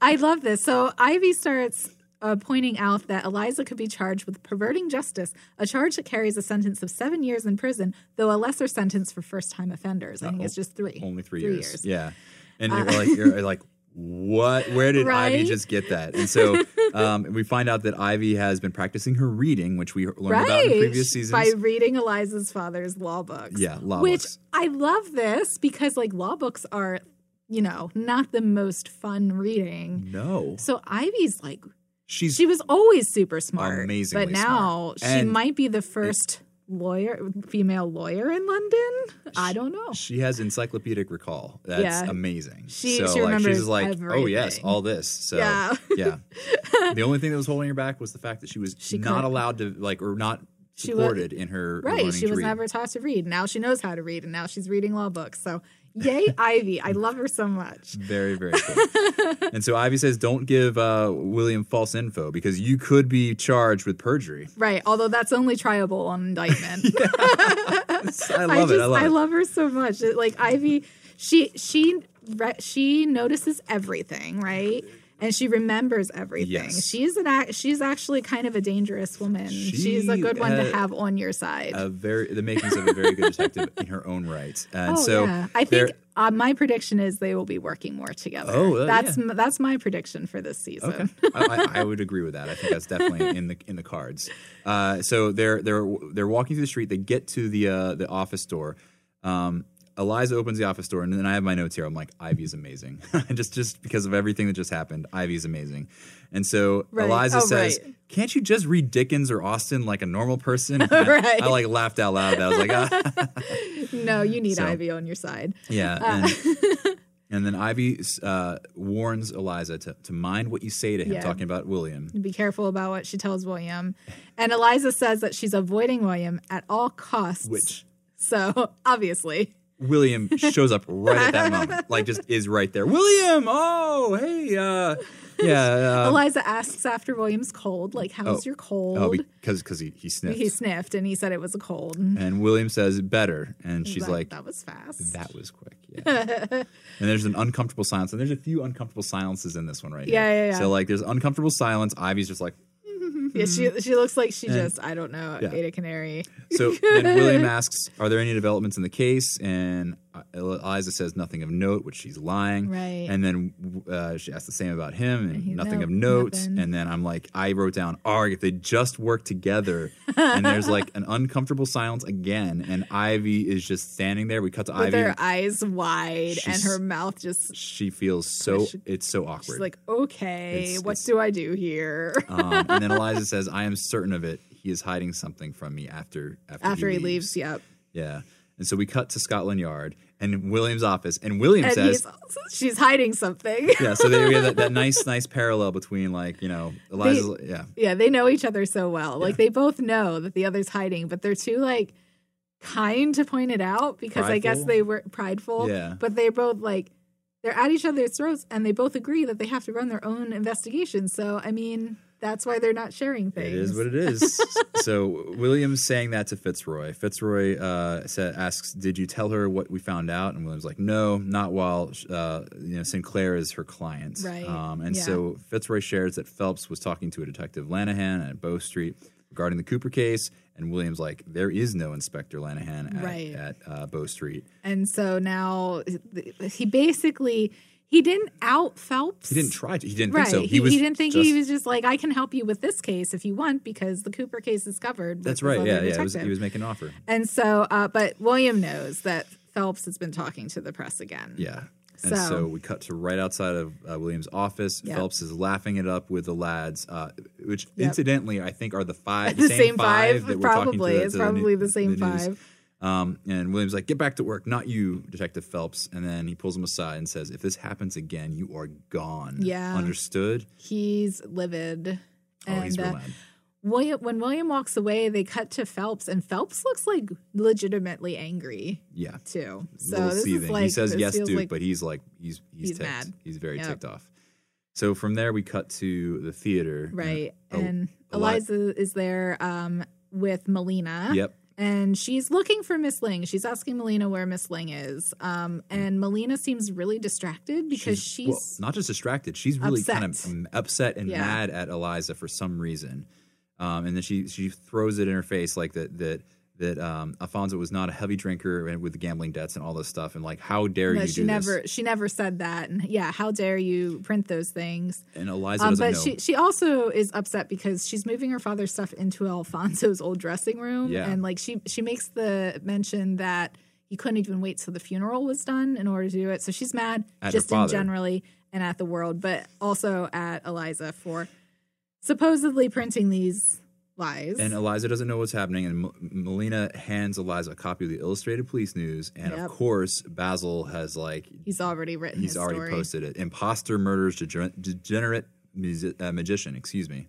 [SPEAKER 1] I love this. So Ivy starts uh, pointing out that Eliza could be charged with perverting justice, a charge that carries a sentence of seven years in prison, though a lesser sentence for first time offenders. I think it's just three.
[SPEAKER 2] Oh, only three,
[SPEAKER 1] Three years.
[SPEAKER 2] years.
[SPEAKER 1] Uh,
[SPEAKER 2] Yeah, and you're like you're like what? Where did Ivy
[SPEAKER 1] <laughs> Right?
[SPEAKER 2] just get that?
[SPEAKER 1] <laughs>
[SPEAKER 2] And so um, we find out that Ivy has been practicing her reading, which we learned about in previous seasons.
[SPEAKER 1] By reading Eliza's father's law books.
[SPEAKER 2] Yeah, law
[SPEAKER 1] which
[SPEAKER 2] books.
[SPEAKER 1] I love this because like law books are, you know, not the most fun reading.
[SPEAKER 2] no,
[SPEAKER 1] So Ivy's like
[SPEAKER 2] she's
[SPEAKER 1] she was always super smart.
[SPEAKER 2] Amazingly
[SPEAKER 1] but now
[SPEAKER 2] smart.
[SPEAKER 1] she
[SPEAKER 2] And
[SPEAKER 1] might be the first lawyer, female lawyer in London. I don't know.
[SPEAKER 2] she has encyclopedic recall. That's
[SPEAKER 1] Yeah.
[SPEAKER 2] amazing.
[SPEAKER 1] She-
[SPEAKER 2] so
[SPEAKER 1] she
[SPEAKER 2] like
[SPEAKER 1] remembers
[SPEAKER 2] she's like, oh yes,
[SPEAKER 1] everything.
[SPEAKER 2] all this. So yeah.
[SPEAKER 1] Yeah. <laughs>
[SPEAKER 2] The only thing that was holding her back was the fact that she was
[SPEAKER 1] She
[SPEAKER 2] not
[SPEAKER 1] couldn't-
[SPEAKER 2] allowed to like or not
[SPEAKER 1] She wa-
[SPEAKER 2] supported in her
[SPEAKER 1] Right,
[SPEAKER 2] learning
[SPEAKER 1] she
[SPEAKER 2] to
[SPEAKER 1] was
[SPEAKER 2] read.
[SPEAKER 1] never taught to read. Now she knows how to read, and now she's reading law books. So, yay, Ivy! I love her so
[SPEAKER 2] <laughs>
[SPEAKER 1] much.
[SPEAKER 2] Very,
[SPEAKER 1] <laughs>
[SPEAKER 2] very cool. and so Ivy says, don't give uh, William false info because you could be charged with perjury. <laughs>
[SPEAKER 1] Right, although that's only triable on indictment.
[SPEAKER 2] I love it. I love, it.
[SPEAKER 1] her so much. It- Like Ivy, she she re- she notices everything, right? And she remembers everything.
[SPEAKER 2] Yes.
[SPEAKER 1] She's an ac- she's actually kind of a dangerous woman.
[SPEAKER 2] She,
[SPEAKER 1] she's a good one
[SPEAKER 2] uh,
[SPEAKER 1] to have on your side.
[SPEAKER 2] A very, the makings of a very good detective in her own right. And
[SPEAKER 1] oh
[SPEAKER 2] so
[SPEAKER 1] yeah, I
[SPEAKER 2] there-
[SPEAKER 1] think uh, my prediction is they will be working more together.
[SPEAKER 2] Oh, uh,
[SPEAKER 1] that's
[SPEAKER 2] yeah.
[SPEAKER 1] m- that's my prediction for this season.
[SPEAKER 2] Okay, I, I, I would agree with that. I think that's definitely in the in the cards. Uh, so they're they're they're walking through the street. They get to the uh, the office door. Um, Eliza opens the office door, and then I have my notes here. I'm like, Ivy's amazing, <laughs> just just because of everything that just happened. Ivy's amazing, and so
[SPEAKER 1] Right.
[SPEAKER 2] Eliza
[SPEAKER 1] Oh,
[SPEAKER 2] says.
[SPEAKER 1] right.
[SPEAKER 2] Can't you just read Dickens or Austin like a normal
[SPEAKER 1] <laughs>
[SPEAKER 2] person? And
[SPEAKER 1] Right.
[SPEAKER 2] I, I like laughed out loud. I was like, ah.
[SPEAKER 1] <laughs> No, you need
[SPEAKER 2] So-
[SPEAKER 1] Ivy on your side.
[SPEAKER 2] Yeah.
[SPEAKER 1] Ah.
[SPEAKER 2] And,
[SPEAKER 1] <laughs>
[SPEAKER 2] and then Ivy uh, warns Eliza to, to mind what you say to him,
[SPEAKER 1] Yeah.
[SPEAKER 2] talking about William.
[SPEAKER 1] Be careful about what she tells William. And Eliza says that she's avoiding William at all costs.
[SPEAKER 2] Which
[SPEAKER 1] so <laughs> obviously.
[SPEAKER 2] William shows up right
[SPEAKER 1] <laughs>
[SPEAKER 2] at that moment, like just is right there. William, oh hey, uh, yeah, uh,
[SPEAKER 1] Eliza asks after William's cold, like, how's
[SPEAKER 2] Oh.
[SPEAKER 1] your cold?
[SPEAKER 2] oh, because because he, he sniffed,
[SPEAKER 1] he sniffed and he said it was a cold.
[SPEAKER 2] and William says better, and she's like,
[SPEAKER 1] that was fast.
[SPEAKER 2] that was quick, yeah.
[SPEAKER 1] <laughs>
[SPEAKER 2] and there's an uncomfortable silence, and there's a few uncomfortable silences in this one right
[SPEAKER 1] Yeah,
[SPEAKER 2] here.
[SPEAKER 1] yeah, yeah.
[SPEAKER 2] So like, there's uncomfortable silence. Ivy's just like,
[SPEAKER 1] <laughs> yeah, she, she looks like she just, I don't know,
[SPEAKER 2] yeah.
[SPEAKER 1] ate a canary.
[SPEAKER 2] so then
[SPEAKER 1] <laughs>
[SPEAKER 2] William asks, are there any developments in the case? And uh, Eliza says nothing of note, which she's lying,
[SPEAKER 1] Right.
[SPEAKER 2] And then uh, she asks the same about him, and
[SPEAKER 1] he-
[SPEAKER 2] nothing
[SPEAKER 1] no,
[SPEAKER 2] of note.
[SPEAKER 1] nothing.
[SPEAKER 2] And then I'm like, I wrote down, "Arg, if they just work together." and there's like an uncomfortable silence again, and Ivy is just standing there. We cut to
[SPEAKER 1] With
[SPEAKER 2] Ivy.
[SPEAKER 1] her eyes wide and
[SPEAKER 2] She's-
[SPEAKER 1] her mouth just,
[SPEAKER 2] she feels so
[SPEAKER 1] She-
[SPEAKER 2] it's so
[SPEAKER 1] she's
[SPEAKER 2] awkward.
[SPEAKER 1] like, okay,
[SPEAKER 2] It's-
[SPEAKER 1] what
[SPEAKER 2] it's- <laughs>
[SPEAKER 1] do I do here? <laughs>
[SPEAKER 2] um, and then Eliza says, "I am certain of it. He he is hiding something from me after after,
[SPEAKER 1] after he leaves. Yep.
[SPEAKER 2] Yeah. And so we cut to Scotland Yard and William's office, and William
[SPEAKER 1] And
[SPEAKER 2] says,
[SPEAKER 1] he's also, she's hiding something. <laughs>
[SPEAKER 2] "Yeah." So there we have that, that nice, nice parallel between like you know Eliza. yeah,
[SPEAKER 1] Yeah, they know each other so well. Like they both know that the other's hiding, but they're too like kind to point it out because I guess
[SPEAKER 2] Prideful?
[SPEAKER 1] they were prideful.
[SPEAKER 2] Yeah.
[SPEAKER 1] But they're both like they're at each other's throats and they both agree that they have to run their own investigation. So I mean, that's why they're not sharing things.
[SPEAKER 2] It is what it is. <laughs> so William's saying that to Fitzroy. Fitzroy uh, sa asks, "Did you tell her what we found out?" And William's like, "No, not while uh, you know Sinclair is her client."
[SPEAKER 1] Right.
[SPEAKER 2] Um, and so Fitzroy shares that Phelps was talking to a detective Lanahan at Bow Street regarding the Cooper case, and Williams like, "There is no Inspector Lanahan at,
[SPEAKER 1] Right.
[SPEAKER 2] at uh, Bow Street."
[SPEAKER 1] and so now he basically he didn't out Phelps.
[SPEAKER 2] He didn't try to. He didn't
[SPEAKER 1] Right.
[SPEAKER 2] think so.
[SPEAKER 1] He, he didn't think he
[SPEAKER 2] just-
[SPEAKER 1] was just like, I can help you with this case if you want, because the Cooper case is covered. with
[SPEAKER 2] That's
[SPEAKER 1] this
[SPEAKER 2] right.
[SPEAKER 1] other
[SPEAKER 2] Yeah, yeah. It was,
[SPEAKER 1] detective."
[SPEAKER 2] he was making an offer.
[SPEAKER 1] And so, uh, but William knows that Phelps has been talking to the press again.
[SPEAKER 2] Yeah. And
[SPEAKER 1] So-
[SPEAKER 2] so, we cut to right outside of uh, Williams' office.
[SPEAKER 1] Yep.
[SPEAKER 2] Phelps is laughing it up with the lads, uh, which
[SPEAKER 1] Yep.
[SPEAKER 2] incidentally I think are the
[SPEAKER 1] <laughs>
[SPEAKER 2] five,
[SPEAKER 1] The, same, five,
[SPEAKER 2] that we're talking to
[SPEAKER 1] probably.
[SPEAKER 2] the-
[SPEAKER 1] it's
[SPEAKER 2] to the new-
[SPEAKER 1] probably the same
[SPEAKER 2] news.
[SPEAKER 1] five.
[SPEAKER 2] Um, and Williams like, get back to work, not you, Detective Phelps. And then he pulls him aside and says, if this happens again, you are gone.
[SPEAKER 1] Yeah.
[SPEAKER 2] understood.
[SPEAKER 1] He's livid.
[SPEAKER 2] oh, he's real
[SPEAKER 1] uh,
[SPEAKER 2] mad.
[SPEAKER 1] William, when William walks away, they cut to Phelps, and Phelps looks like legitimately angry
[SPEAKER 2] Yeah,
[SPEAKER 1] too. So
[SPEAKER 2] little
[SPEAKER 1] this
[SPEAKER 2] seething.
[SPEAKER 1] is like
[SPEAKER 2] he says
[SPEAKER 1] this
[SPEAKER 2] yes,
[SPEAKER 1] feels
[SPEAKER 2] Duke,
[SPEAKER 1] like-
[SPEAKER 2] but he's like he's he's,
[SPEAKER 1] He's
[SPEAKER 2] ticked.
[SPEAKER 1] mad.
[SPEAKER 2] He's very
[SPEAKER 1] Yep.
[SPEAKER 2] ticked off. So from there we cut to the theater. and-
[SPEAKER 1] right.
[SPEAKER 2] oh,
[SPEAKER 1] and
[SPEAKER 2] Eli-
[SPEAKER 1] Eliza is there um, with Melina.
[SPEAKER 2] Yep.
[SPEAKER 1] and she's looking for Miss Ling. She's asking Melina where Miss Ling is. Um, and Melina seems really distracted because she's,
[SPEAKER 2] well, not just distracted. She's really kind of
[SPEAKER 1] upset.
[SPEAKER 2] um, upset and
[SPEAKER 1] Yeah.
[SPEAKER 2] mad at Eliza for some reason, um, and then she she throws it in her face like that that that um, Alfonso was not a heavy drinker and with the gambling debts and all this stuff, and like how dare
[SPEAKER 1] no,
[SPEAKER 2] you
[SPEAKER 1] she
[SPEAKER 2] do
[SPEAKER 1] never
[SPEAKER 2] this?
[SPEAKER 1] she never said that. And yeah, how dare you print those things?
[SPEAKER 2] And Eliza
[SPEAKER 1] Um,
[SPEAKER 2] doesn't
[SPEAKER 1] but
[SPEAKER 2] know.
[SPEAKER 1] she she also is upset because she's moving her father's stuff into Alfonso's old dressing room,
[SPEAKER 2] Yeah.
[SPEAKER 1] and like she she makes the mention that he couldn't even wait till the funeral was done in order to do it. So she's mad
[SPEAKER 2] At her
[SPEAKER 1] just in
[SPEAKER 2] father.
[SPEAKER 1] generally and at the world, but also at Eliza for supposedly printing these lies.
[SPEAKER 2] and uh, Eliza doesn't know what's happening, and M- Melina hands Eliza a copy of the Illustrated Police News, and
[SPEAKER 1] Yep.
[SPEAKER 2] of course Basil has like
[SPEAKER 1] he's already written.
[SPEAKER 2] he's
[SPEAKER 1] his
[SPEAKER 2] already
[SPEAKER 1] story.
[SPEAKER 2] posted it. Imposter murders degener- degenerate music- uh, magician. Excuse me.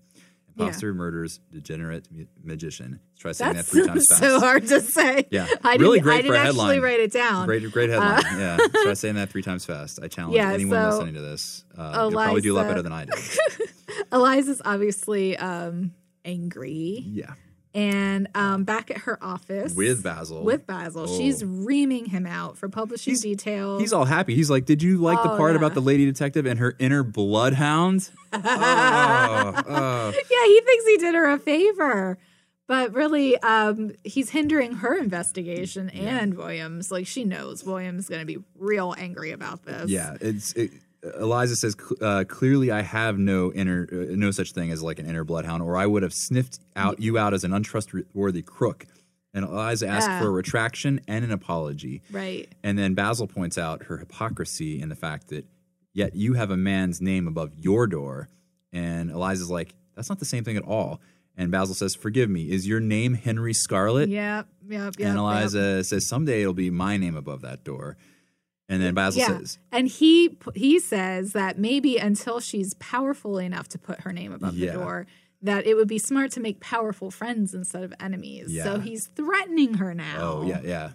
[SPEAKER 2] Imposter murders degenerate mu- magician. Try saying
[SPEAKER 1] That's
[SPEAKER 2] that three times
[SPEAKER 1] <laughs>
[SPEAKER 2] fast.
[SPEAKER 1] so hard to say.
[SPEAKER 2] Yeah.
[SPEAKER 1] I didn't,
[SPEAKER 2] Really
[SPEAKER 1] I
[SPEAKER 2] great for
[SPEAKER 1] didn't
[SPEAKER 2] a
[SPEAKER 1] actually
[SPEAKER 2] headline.
[SPEAKER 1] write it down.
[SPEAKER 2] Great, great headline. yeah.
[SPEAKER 1] <laughs>
[SPEAKER 2] Try saying that three times fast. I challenge
[SPEAKER 1] Uh, Yeah,
[SPEAKER 2] anyone
[SPEAKER 1] so
[SPEAKER 2] listening to this. Uh, you'll probably do a lot
[SPEAKER 1] Eliza-
[SPEAKER 2] better than I did.
[SPEAKER 1] <laughs> Eliza's obviously um, angry
[SPEAKER 2] Yeah.
[SPEAKER 1] and um, back at her office
[SPEAKER 2] With Basil.
[SPEAKER 1] With Basil,
[SPEAKER 2] Oh.
[SPEAKER 1] she's reaming him out for publishing details.
[SPEAKER 2] He's all happy. He's like, "Did you like the
[SPEAKER 1] Oh,
[SPEAKER 2] part
[SPEAKER 1] yeah.
[SPEAKER 2] about the lady detective and her
[SPEAKER 1] <laughs>
[SPEAKER 2] inner bloodhound?" oh, oh.
[SPEAKER 1] <laughs> yeah, he thinks he did her a favor. But really, um, he's hindering her investigation and Williams. Like, she knows Williams going to be real angry about this.
[SPEAKER 2] Yeah, it's it, Eliza says "Cl- uh, clearly I have no inner uh, no such thing as like an inner bloodhound, or I would have sniffed out you out as an untrustworthy crook. And Eliza asks
[SPEAKER 1] Yeah.
[SPEAKER 2] for a retraction and an apology,
[SPEAKER 1] Right.
[SPEAKER 2] and then Basil points out her hypocrisy in the fact that yet you have a man's name above your door, and Eliza's like that's not the same thing at all. And Basil says, "Forgive me, is your name Henry Scarlet?"
[SPEAKER 1] Yep. Yep. Yep.
[SPEAKER 2] and
[SPEAKER 1] yep.
[SPEAKER 2] Eliza says, "Someday it'll be my name above that door." And then Basil
[SPEAKER 1] Yeah.
[SPEAKER 2] says,
[SPEAKER 1] And he p- he says that maybe until she's powerful enough to put her name above
[SPEAKER 2] Yeah.
[SPEAKER 1] the door, that it would be smart to make powerful friends instead of enemies. So
[SPEAKER 2] Yeah.
[SPEAKER 1] he's threatening her now.
[SPEAKER 2] Oh yeah, yeah.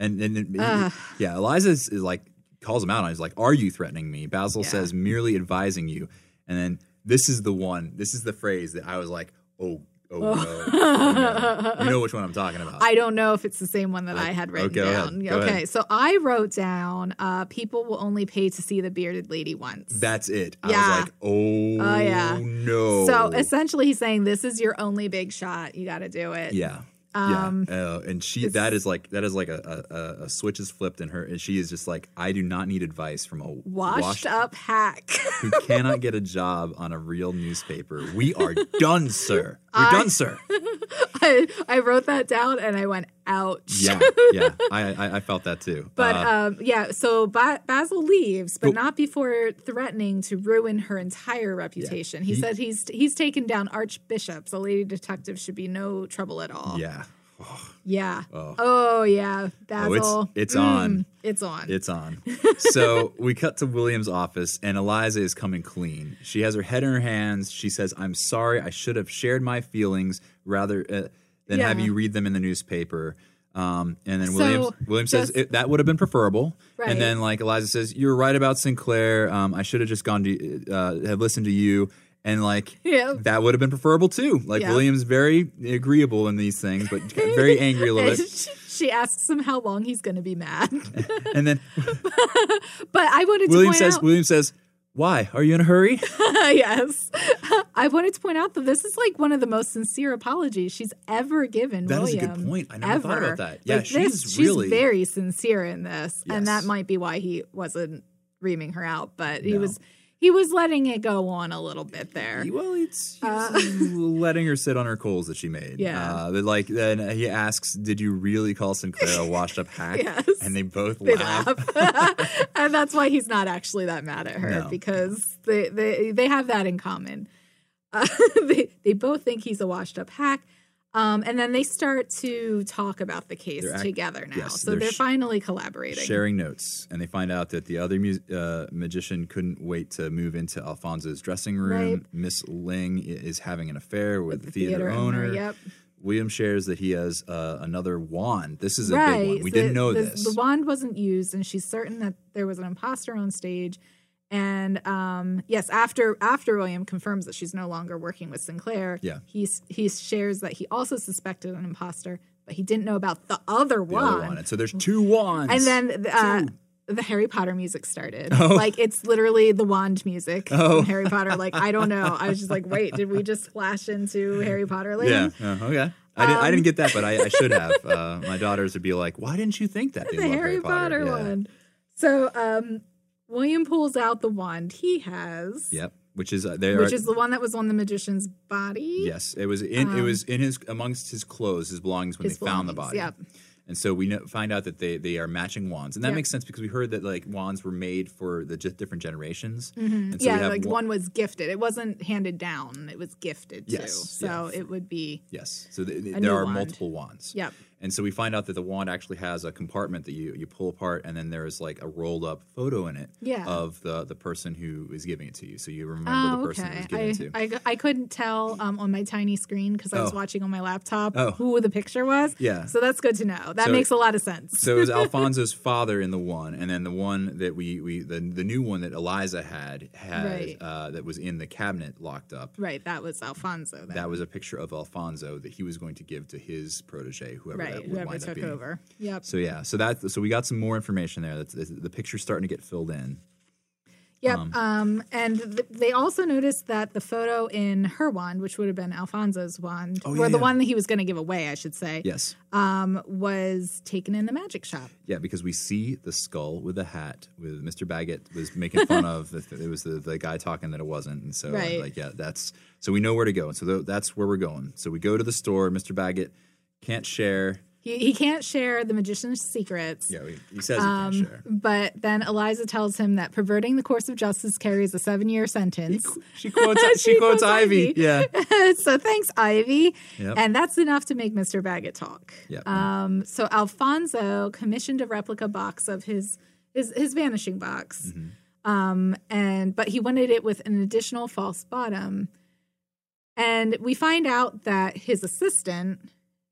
[SPEAKER 2] And and, and-
[SPEAKER 1] Ugh.
[SPEAKER 2] yeah, Eliza is, is like calls him out on. He's like, "Are you threatening me?" Basil
[SPEAKER 1] Yeah.
[SPEAKER 2] says, "Merely advising you." And then this is the one. This is the phrase that I was like, "Oh, oh, no, oh,
[SPEAKER 1] <laughs>
[SPEAKER 2] no." You know which one I'm talking about?
[SPEAKER 1] I don't know if it's the same one that I had written
[SPEAKER 2] okay, Oh, go ahead,
[SPEAKER 1] down.
[SPEAKER 2] go
[SPEAKER 1] okay,
[SPEAKER 2] ahead.
[SPEAKER 1] so I wrote down uh, people will only pay to see the bearded lady once.
[SPEAKER 2] That's it.
[SPEAKER 1] Yeah.
[SPEAKER 2] I was like, "Oh,
[SPEAKER 1] Oh, yeah.
[SPEAKER 2] no."
[SPEAKER 1] So essentially, he's saying this is your only big shot. You got to do it.
[SPEAKER 2] yeah.
[SPEAKER 1] Um,
[SPEAKER 2] yeah, uh, and she that is like that is like a, a a- a switch is flipped in her, and she is just like, I do not need advice from a
[SPEAKER 1] Washed, up hack. <laughs>
[SPEAKER 2] who cannot get a job on a real newspaper. We are done, sir. We're done, sir.
[SPEAKER 1] I, I wrote that down and I went ouch.
[SPEAKER 2] Yeah, yeah. I, I, I felt that too.
[SPEAKER 1] But
[SPEAKER 2] Uh,
[SPEAKER 1] um, yeah, so ba- Basil leaves, but not before threatening to ruin her entire reputation. He,
[SPEAKER 2] He-
[SPEAKER 1] said he's he's taken down archbishops. A lady detective should be no trouble at all.
[SPEAKER 2] Uh, yeah,
[SPEAKER 1] Yeah. Oh,
[SPEAKER 2] Oh.
[SPEAKER 1] yeah, Basil. Mm,
[SPEAKER 2] it's- it's on.
[SPEAKER 1] It's on.
[SPEAKER 2] it's on.
[SPEAKER 1] <laughs>
[SPEAKER 2] so we cut to William's office, and Eliza is coming clean. She has her head in her hands. She says, "I'm sorry. I should have shared my feelings rather uh, than have
[SPEAKER 1] Yeah.
[SPEAKER 2] you read them in the newspaper." Um, and then
[SPEAKER 1] So,
[SPEAKER 2] Williams William says
[SPEAKER 1] just-
[SPEAKER 2] it, that would have been preferable.
[SPEAKER 1] Right.
[SPEAKER 2] And then like Eliza says, "You're right about Sinclair. Um, I should have just gone to uh, have listened to you." And like
[SPEAKER 1] Yeah.
[SPEAKER 2] that would have been preferable too. Like
[SPEAKER 1] Yeah.
[SPEAKER 2] William's very agreeable in these things,
[SPEAKER 1] <laughs>
[SPEAKER 2] but very angry a little
[SPEAKER 1] And
[SPEAKER 2] bit.
[SPEAKER 1] she, <laughs> she asks him how long he's going to be mad.
[SPEAKER 2] <laughs>
[SPEAKER 1] <laughs>
[SPEAKER 2] And then
[SPEAKER 1] but I wanted
[SPEAKER 2] William
[SPEAKER 1] to point
[SPEAKER 2] says,
[SPEAKER 1] out.
[SPEAKER 2] William says, why? Are you in a hurry?
[SPEAKER 1] <laughs> yes. <laughs> I wanted to point out that this is like one of the most sincere apologies she's ever given.
[SPEAKER 2] That is a
[SPEAKER 1] William,
[SPEAKER 2] good point. I never thought
[SPEAKER 1] ever.
[SPEAKER 2] about that. Yeah,
[SPEAKER 1] Like,
[SPEAKER 2] she's
[SPEAKER 1] this,
[SPEAKER 2] really-
[SPEAKER 1] very sincere in this, and that
[SPEAKER 2] Yes.
[SPEAKER 1] might be why he wasn't reaming her out, but he
[SPEAKER 2] No.
[SPEAKER 1] was he was letting it go on a little bit there.
[SPEAKER 2] well, it's he was
[SPEAKER 1] <laughs>
[SPEAKER 2] letting her sit on her coals that she made.
[SPEAKER 1] Uh, Yeah.
[SPEAKER 2] Uh, but like then he asks, "Did you really call Sinclair a washed up
[SPEAKER 1] <laughs>
[SPEAKER 2] hack?"
[SPEAKER 1] Yes.
[SPEAKER 2] And they both
[SPEAKER 1] They
[SPEAKER 2] laugh.
[SPEAKER 1] laugh. <laughs> and that's why he's not actually that mad at her
[SPEAKER 2] No.
[SPEAKER 1] because they, they they have that in common. <laughs> Uh, they they both think he's a washed up hack. Um, and then they start to talk about the case
[SPEAKER 2] They're act-
[SPEAKER 1] together now.
[SPEAKER 2] yes,
[SPEAKER 1] so
[SPEAKER 2] they're
[SPEAKER 1] they're,
[SPEAKER 2] sh-
[SPEAKER 1] finally collaborating.
[SPEAKER 2] Sharing notes, and they find out that the other mu- uh, magician couldn't wait to move into Alfonso's dressing room.
[SPEAKER 1] Right.
[SPEAKER 2] Miss Ling i- is having an affair with, the
[SPEAKER 1] The
[SPEAKER 2] theater, owner.
[SPEAKER 1] Yep.
[SPEAKER 2] William shares that he has uh, another wand. This is a
[SPEAKER 1] right.
[SPEAKER 2] big one. We
[SPEAKER 1] so
[SPEAKER 2] didn't know
[SPEAKER 1] the-
[SPEAKER 2] this.
[SPEAKER 1] The wand wasn't used, and she's certain that there was an imposter on stage. And um, yes, after after William confirms that she's no longer working with Sinclair,
[SPEAKER 2] Yeah.
[SPEAKER 1] he's, he shares that he also suspected an imposter, but he didn't know about the other
[SPEAKER 2] the
[SPEAKER 1] wand.
[SPEAKER 2] other wand. And so there's two wands.
[SPEAKER 1] And then uh, the Harry Potter music started. Like it's literally the wand music
[SPEAKER 2] Oh.
[SPEAKER 1] from Harry Potter. Like I don't know. I was just like, wait, did we
[SPEAKER 2] <laughs>
[SPEAKER 1] just flash into Harry Potter land?
[SPEAKER 2] Yeah. uh, okay. I, did,
[SPEAKER 1] Um,
[SPEAKER 2] I didn't get that, but I, I should have. Uh, my daughters would be like, "Why didn't you think that?"
[SPEAKER 1] <laughs>
[SPEAKER 2] They
[SPEAKER 1] the
[SPEAKER 2] love
[SPEAKER 1] Harry, Potter,
[SPEAKER 2] Yeah.
[SPEAKER 1] one. So um, William pulls out the wand he has,
[SPEAKER 2] Yep. Which is uh, they
[SPEAKER 1] which
[SPEAKER 2] are.
[SPEAKER 1] is the one that was on the magician's body.
[SPEAKER 2] yes, it was in it was in his amongst his clothes, his belongings when
[SPEAKER 1] His
[SPEAKER 2] they found the
[SPEAKER 1] belongings,
[SPEAKER 2] body.
[SPEAKER 1] yep.
[SPEAKER 2] And so we know, find out that they they are matching wands, and that
[SPEAKER 1] Yep.
[SPEAKER 2] makes sense because we heard that like wands were made for the just different generations. And so we
[SPEAKER 1] Mm-hmm. yeah,
[SPEAKER 2] have
[SPEAKER 1] like
[SPEAKER 2] wa-
[SPEAKER 1] one was gifted. It wasn't handed down. It was gifted to.
[SPEAKER 2] Yes,
[SPEAKER 1] So it would be
[SPEAKER 2] Yes. So th- th-
[SPEAKER 1] A
[SPEAKER 2] there
[SPEAKER 1] new
[SPEAKER 2] are
[SPEAKER 1] wand.
[SPEAKER 2] multiple wands.
[SPEAKER 1] Yep.
[SPEAKER 2] And so we find out that the wand actually has a compartment that you, you pull apart, and then there is like a rolled up photo in it
[SPEAKER 1] Yeah.
[SPEAKER 2] of the, the person who is giving it to you. So you remember
[SPEAKER 1] Oh,
[SPEAKER 2] the person who was giving
[SPEAKER 1] I,
[SPEAKER 2] it to.
[SPEAKER 1] I, I couldn't tell um, on my tiny screen because I was
[SPEAKER 2] Oh.
[SPEAKER 1] watching on my laptop
[SPEAKER 2] Oh.
[SPEAKER 1] who the picture was.
[SPEAKER 2] Yeah.
[SPEAKER 1] So that's good to know. That
[SPEAKER 2] So-
[SPEAKER 1] makes a lot of sense.
[SPEAKER 2] so
[SPEAKER 1] <laughs>
[SPEAKER 2] it was Alfonso's father in the one, and then the one that we, we the, the new one that Eliza had had
[SPEAKER 1] Right.
[SPEAKER 2] uh, that was in the cabinet locked up.
[SPEAKER 1] Right. That was Alfonso. Then.
[SPEAKER 2] That was a picture of Alfonso that he was going to give to his protege,
[SPEAKER 1] right.
[SPEAKER 2] whoever that would
[SPEAKER 1] Whoever
[SPEAKER 2] wind up
[SPEAKER 1] took
[SPEAKER 2] being.
[SPEAKER 1] over. Yep.
[SPEAKER 2] So yeah, so that so we got some more information there. That's, that's- the picture's starting to get filled in.
[SPEAKER 1] Yep. Um, and th- they also noticed that the photo in her wand, which would have been Alfonso's wand,
[SPEAKER 2] Oh,
[SPEAKER 1] or
[SPEAKER 2] yeah,
[SPEAKER 1] the
[SPEAKER 2] yeah.
[SPEAKER 1] one that he was going to give away, I should say,
[SPEAKER 2] Yes.
[SPEAKER 1] um, was taken in the magic shop.
[SPEAKER 2] Yeah, because we see the skull with the hat with Mr. Baggett was making fun of. if It was the, the guy talking that it wasn't, and so
[SPEAKER 1] Right.
[SPEAKER 2] like yeah, that's so we know where to go, and so tho- that's where we're going. So we go to the store. Mr. Baggett can't share.
[SPEAKER 1] He, he can't share the magician's secrets.
[SPEAKER 2] Yeah, he, he says he
[SPEAKER 1] <laughs>
[SPEAKER 2] can't share.
[SPEAKER 1] But then Eliza tells him that perverting the course of justice carries a seven year sentence.
[SPEAKER 2] She quotes. she,
[SPEAKER 1] She
[SPEAKER 2] quotes,
[SPEAKER 1] quotes
[SPEAKER 2] Ivy.
[SPEAKER 1] Ivy.
[SPEAKER 2] Yeah.
[SPEAKER 1] <laughs> so thanks, Ivy.
[SPEAKER 2] Yep.
[SPEAKER 1] And that's enough to make Mr. Baggett talk.
[SPEAKER 2] Yep.
[SPEAKER 1] Um, so Alfonso commissioned a replica box of his his, his vanishing box.
[SPEAKER 2] Mm-hmm.
[SPEAKER 1] Um, and but he wanted it with an additional false bottom. And we find out that his assistant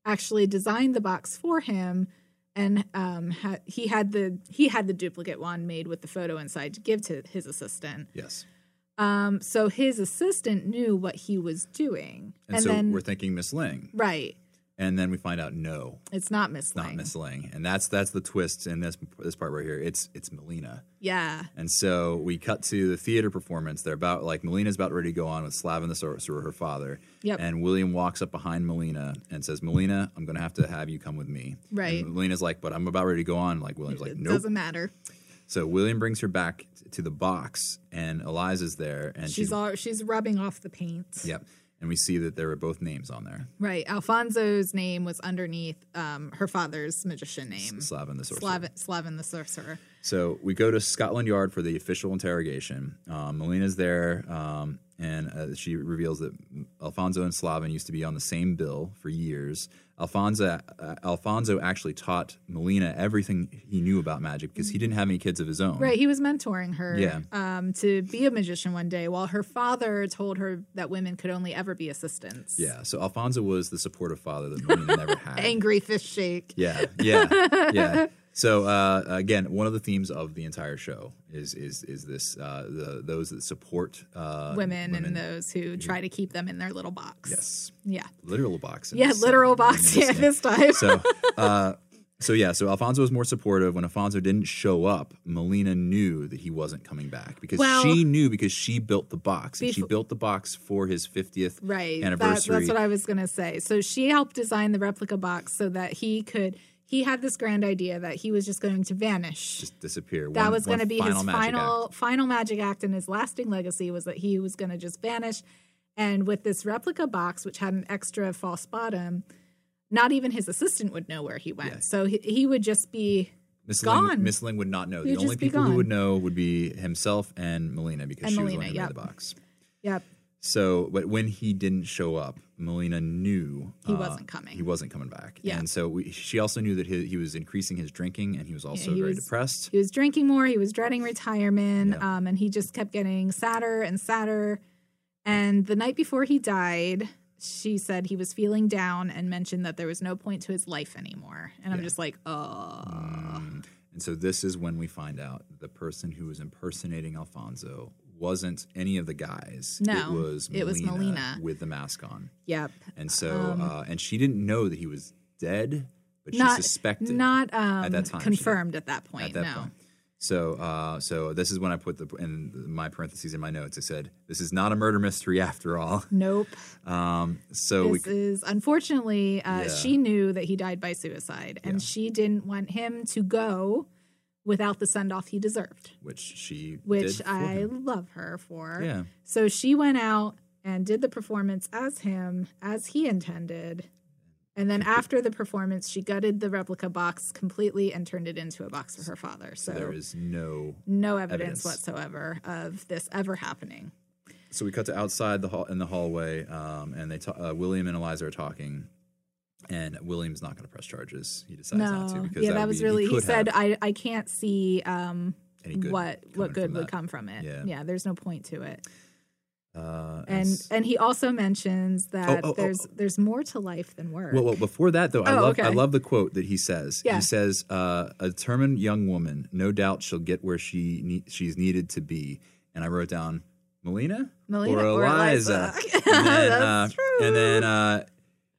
[SPEAKER 1] actually designed the box for him and um, ha- he had the he had the duplicate wand made with the photo inside to give to his assistant.
[SPEAKER 2] Yes.
[SPEAKER 1] Um, so his assistant knew what he was doing,
[SPEAKER 2] And, so we're thinking Miss Ling,
[SPEAKER 1] right,
[SPEAKER 2] and then we find out no,
[SPEAKER 1] it's not Miss
[SPEAKER 2] not
[SPEAKER 1] Lang.
[SPEAKER 2] Miss Ling, and that's that's the twist in this this part right here. It's it's Melina.
[SPEAKER 1] yeah,
[SPEAKER 2] And so we cut to the theater performance. They're about like Melina's about ready to go on with Slavin the Sorcerer, her father.
[SPEAKER 1] Yep.
[SPEAKER 2] And William walks up behind Melina and says, "Melina, I'm going to have to have you come with me."
[SPEAKER 1] Right.
[SPEAKER 2] And Melina's like, "But I'm about ready to go on." Like William's like,
[SPEAKER 1] it
[SPEAKER 2] "Nope."
[SPEAKER 1] doesn't matter.
[SPEAKER 2] So William brings her back t- to the box, and Eliza's there, and
[SPEAKER 1] She's all she's rubbing off the paint.
[SPEAKER 2] Yep. and we see that there are both names on there.
[SPEAKER 1] Right. Alfonso's name was underneath um, her father's magician name,
[SPEAKER 2] Slavin the sorcerer.
[SPEAKER 1] Slavin, Slavin the Sorcerer.
[SPEAKER 2] So we go to Scotland Yard for the official interrogation. Um, Melina's there, um, and uh, she reveals that Alfonso and Slavin used to be on the same bill for years. Alfonso, uh, Alfonso actually taught Melina everything he knew about magic because he didn't have any kids of his own.
[SPEAKER 1] Right. He was mentoring her
[SPEAKER 2] Yeah.
[SPEAKER 1] um, to be a magician one day, while her father told her that women could only ever be assistants.
[SPEAKER 2] Yeah. So Alfonso was the supportive father that
[SPEAKER 1] <laughs>
[SPEAKER 2] Melina never had.
[SPEAKER 1] Angry fish shake.
[SPEAKER 2] Yeah, yeah, yeah. So uh, again, one of the themes of the entire show is is is this uh, the those that support uh,
[SPEAKER 1] Women, and those who try to keep them in their little box.
[SPEAKER 2] yes,
[SPEAKER 1] Yeah.
[SPEAKER 2] literal box. in
[SPEAKER 1] Yeah,
[SPEAKER 2] this, uh,
[SPEAKER 1] literal
[SPEAKER 2] in
[SPEAKER 1] box.
[SPEAKER 2] this
[SPEAKER 1] Yeah, <laughs>
[SPEAKER 2] game.
[SPEAKER 1] this time.
[SPEAKER 2] So. Uh, so yeah, so Alfonso was more supportive. When Alfonso didn't show up, Melina knew that he wasn't coming back because
[SPEAKER 1] Well-
[SPEAKER 2] she knew because she built the box. and she
[SPEAKER 1] Befo-
[SPEAKER 2] built the box for his fiftieth
[SPEAKER 1] right That-
[SPEAKER 2] anniversary.
[SPEAKER 1] that's what i was going to say so she helped design the replica box so that he could he had this grand idea that he was just going to vanish
[SPEAKER 2] just disappear.
[SPEAKER 1] that
[SPEAKER 2] One-
[SPEAKER 1] was going to
[SPEAKER 2] one
[SPEAKER 1] be his
[SPEAKER 2] magic act.
[SPEAKER 1] final final magic act and his lasting legacy was that he was going to just vanish and with this replica box which had an extra false bottom not even his assistant would know where he went
[SPEAKER 2] Yeah.
[SPEAKER 1] so he, he would just be
[SPEAKER 2] Miss Ling,
[SPEAKER 1] Gone.
[SPEAKER 2] Miss Ling would not know.
[SPEAKER 1] He'd
[SPEAKER 2] the only
[SPEAKER 1] just be
[SPEAKER 2] people who
[SPEAKER 1] gone.
[SPEAKER 2] would know would be himself and Melina because
[SPEAKER 1] And
[SPEAKER 2] she was the
[SPEAKER 1] Melina,
[SPEAKER 2] one who made
[SPEAKER 1] yep.
[SPEAKER 2] the box.
[SPEAKER 1] yep
[SPEAKER 2] So, but when he didn't show up, Melina knew uh,
[SPEAKER 1] He wasn't coming.
[SPEAKER 2] He wasn't coming back.
[SPEAKER 1] Yeah.
[SPEAKER 2] And so we, she also knew that he, he was increasing his drinking and he was also
[SPEAKER 1] he
[SPEAKER 2] very
[SPEAKER 1] was-
[SPEAKER 2] depressed.
[SPEAKER 1] he was drinking more he was dreading retirement
[SPEAKER 2] Yeah.
[SPEAKER 1] um, and he just kept getting sadder and sadder and the night before he died she said he was feeling down and mentioned that there was no point to his life anymore and i'm
[SPEAKER 2] Yeah.
[SPEAKER 1] just like oh
[SPEAKER 2] Mm. And so this is when we find out the person who was impersonating Alfonso wasn't any of the guys.
[SPEAKER 1] No,
[SPEAKER 2] it was Melina
[SPEAKER 1] it was Melina.
[SPEAKER 2] with the mask on.
[SPEAKER 1] yep
[SPEAKER 2] And so, uh, and she didn't know that he was dead, but
[SPEAKER 1] not
[SPEAKER 2] she suspected.
[SPEAKER 1] not um,
[SPEAKER 2] that time, she
[SPEAKER 1] confirmed at that point
[SPEAKER 2] at that
[SPEAKER 1] no
[SPEAKER 2] point. So, uh, so this is when I put the in my parentheses in my notes. I said, "This is not a murder mystery after all."
[SPEAKER 1] nope
[SPEAKER 2] Um, so
[SPEAKER 1] this
[SPEAKER 2] we,
[SPEAKER 1] is unfortunately uh,
[SPEAKER 2] Yeah.
[SPEAKER 1] she knew that he died by suicide and she didn't want him to go without the send-off he deserved
[SPEAKER 2] which she
[SPEAKER 1] which
[SPEAKER 2] did for
[SPEAKER 1] I
[SPEAKER 2] him.
[SPEAKER 1] love her for.
[SPEAKER 2] Yeah.
[SPEAKER 1] So she went out and did the performance as him, as he intended. And then after the performance, she gutted the replica box completely and turned it into a box for her father. So
[SPEAKER 2] there is no.
[SPEAKER 1] no evidence,
[SPEAKER 2] evidence.
[SPEAKER 1] whatsoever of this ever happening.
[SPEAKER 2] So we cut to outside the hall in the hallway, um, and they ta- uh, William and Eliza are talking. And William's not going to press charges. He decides not to
[SPEAKER 1] No.
[SPEAKER 2] because
[SPEAKER 1] Yeah, that,
[SPEAKER 2] would
[SPEAKER 1] was
[SPEAKER 2] be-
[SPEAKER 1] really,
[SPEAKER 2] He,
[SPEAKER 1] he,
[SPEAKER 2] could
[SPEAKER 1] said,
[SPEAKER 2] have
[SPEAKER 1] I, I can't see um,
[SPEAKER 2] any good
[SPEAKER 1] what, what
[SPEAKER 2] coming
[SPEAKER 1] good
[SPEAKER 2] from
[SPEAKER 1] would
[SPEAKER 2] that.
[SPEAKER 1] come from it.
[SPEAKER 2] Yeah.
[SPEAKER 1] yeah, there's no point to it.
[SPEAKER 2] Uh,
[SPEAKER 1] And
[SPEAKER 2] s-
[SPEAKER 1] and he also mentions that
[SPEAKER 2] oh, oh,
[SPEAKER 1] there's there's more to life than work.
[SPEAKER 2] Well, well, before that though, I
[SPEAKER 1] Oh,
[SPEAKER 2] love I
[SPEAKER 1] okay.
[SPEAKER 2] love the quote that he says.
[SPEAKER 1] Yeah.
[SPEAKER 2] He says, uh, "A determined young woman, no doubt, she'll get where she ne- she's needed to be." And I wrote down Melina,
[SPEAKER 1] Melina
[SPEAKER 2] or
[SPEAKER 1] or
[SPEAKER 2] Eliza.
[SPEAKER 1] <laughs> Eliza.
[SPEAKER 2] and then,
[SPEAKER 1] That's
[SPEAKER 2] uh, And then uh,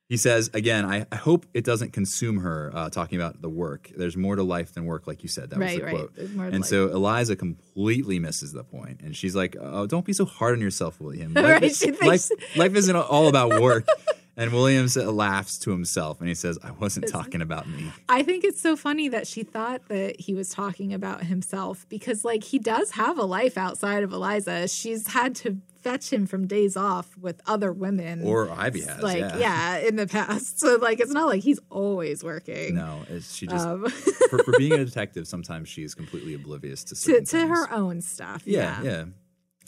[SPEAKER 2] he says again, I, "I hope it doesn't consume her." Uh, talking about the work, there's more to life than work, like you said. That was
[SPEAKER 1] right,
[SPEAKER 2] the
[SPEAKER 1] right.
[SPEAKER 2] quote.
[SPEAKER 1] There's more to
[SPEAKER 2] And
[SPEAKER 1] life.
[SPEAKER 2] so Eliza completely misses the point, and she's like, "Oh, don't be so hard on yourself,
[SPEAKER 1] <laughs>
[SPEAKER 2] William.
[SPEAKER 1] Right,
[SPEAKER 2] Life,
[SPEAKER 1] she thinks-
[SPEAKER 2] life,
[SPEAKER 1] <laughs>
[SPEAKER 2] life isn't all about work." and William sa- laughs to himself, and he says, "I wasn't talking
[SPEAKER 1] <laughs>
[SPEAKER 2] about me."
[SPEAKER 1] I think it's so funny that she thought that he was talking about himself because, like, he does have a life outside of Eliza. She's had to fetch him from days off with other women,
[SPEAKER 2] Or Ivy has,
[SPEAKER 1] like,
[SPEAKER 2] yeah.
[SPEAKER 1] in the past. <laughs> So, like, it's not like he's always working.
[SPEAKER 2] No, it's, she just
[SPEAKER 1] Um,
[SPEAKER 2] for, for
[SPEAKER 1] <laughs>
[SPEAKER 2] being a detective, sometimes she is completely oblivious to
[SPEAKER 1] to,
[SPEAKER 2] certain
[SPEAKER 1] to
[SPEAKER 2] things.
[SPEAKER 1] her own stuff.
[SPEAKER 2] Yeah, yeah.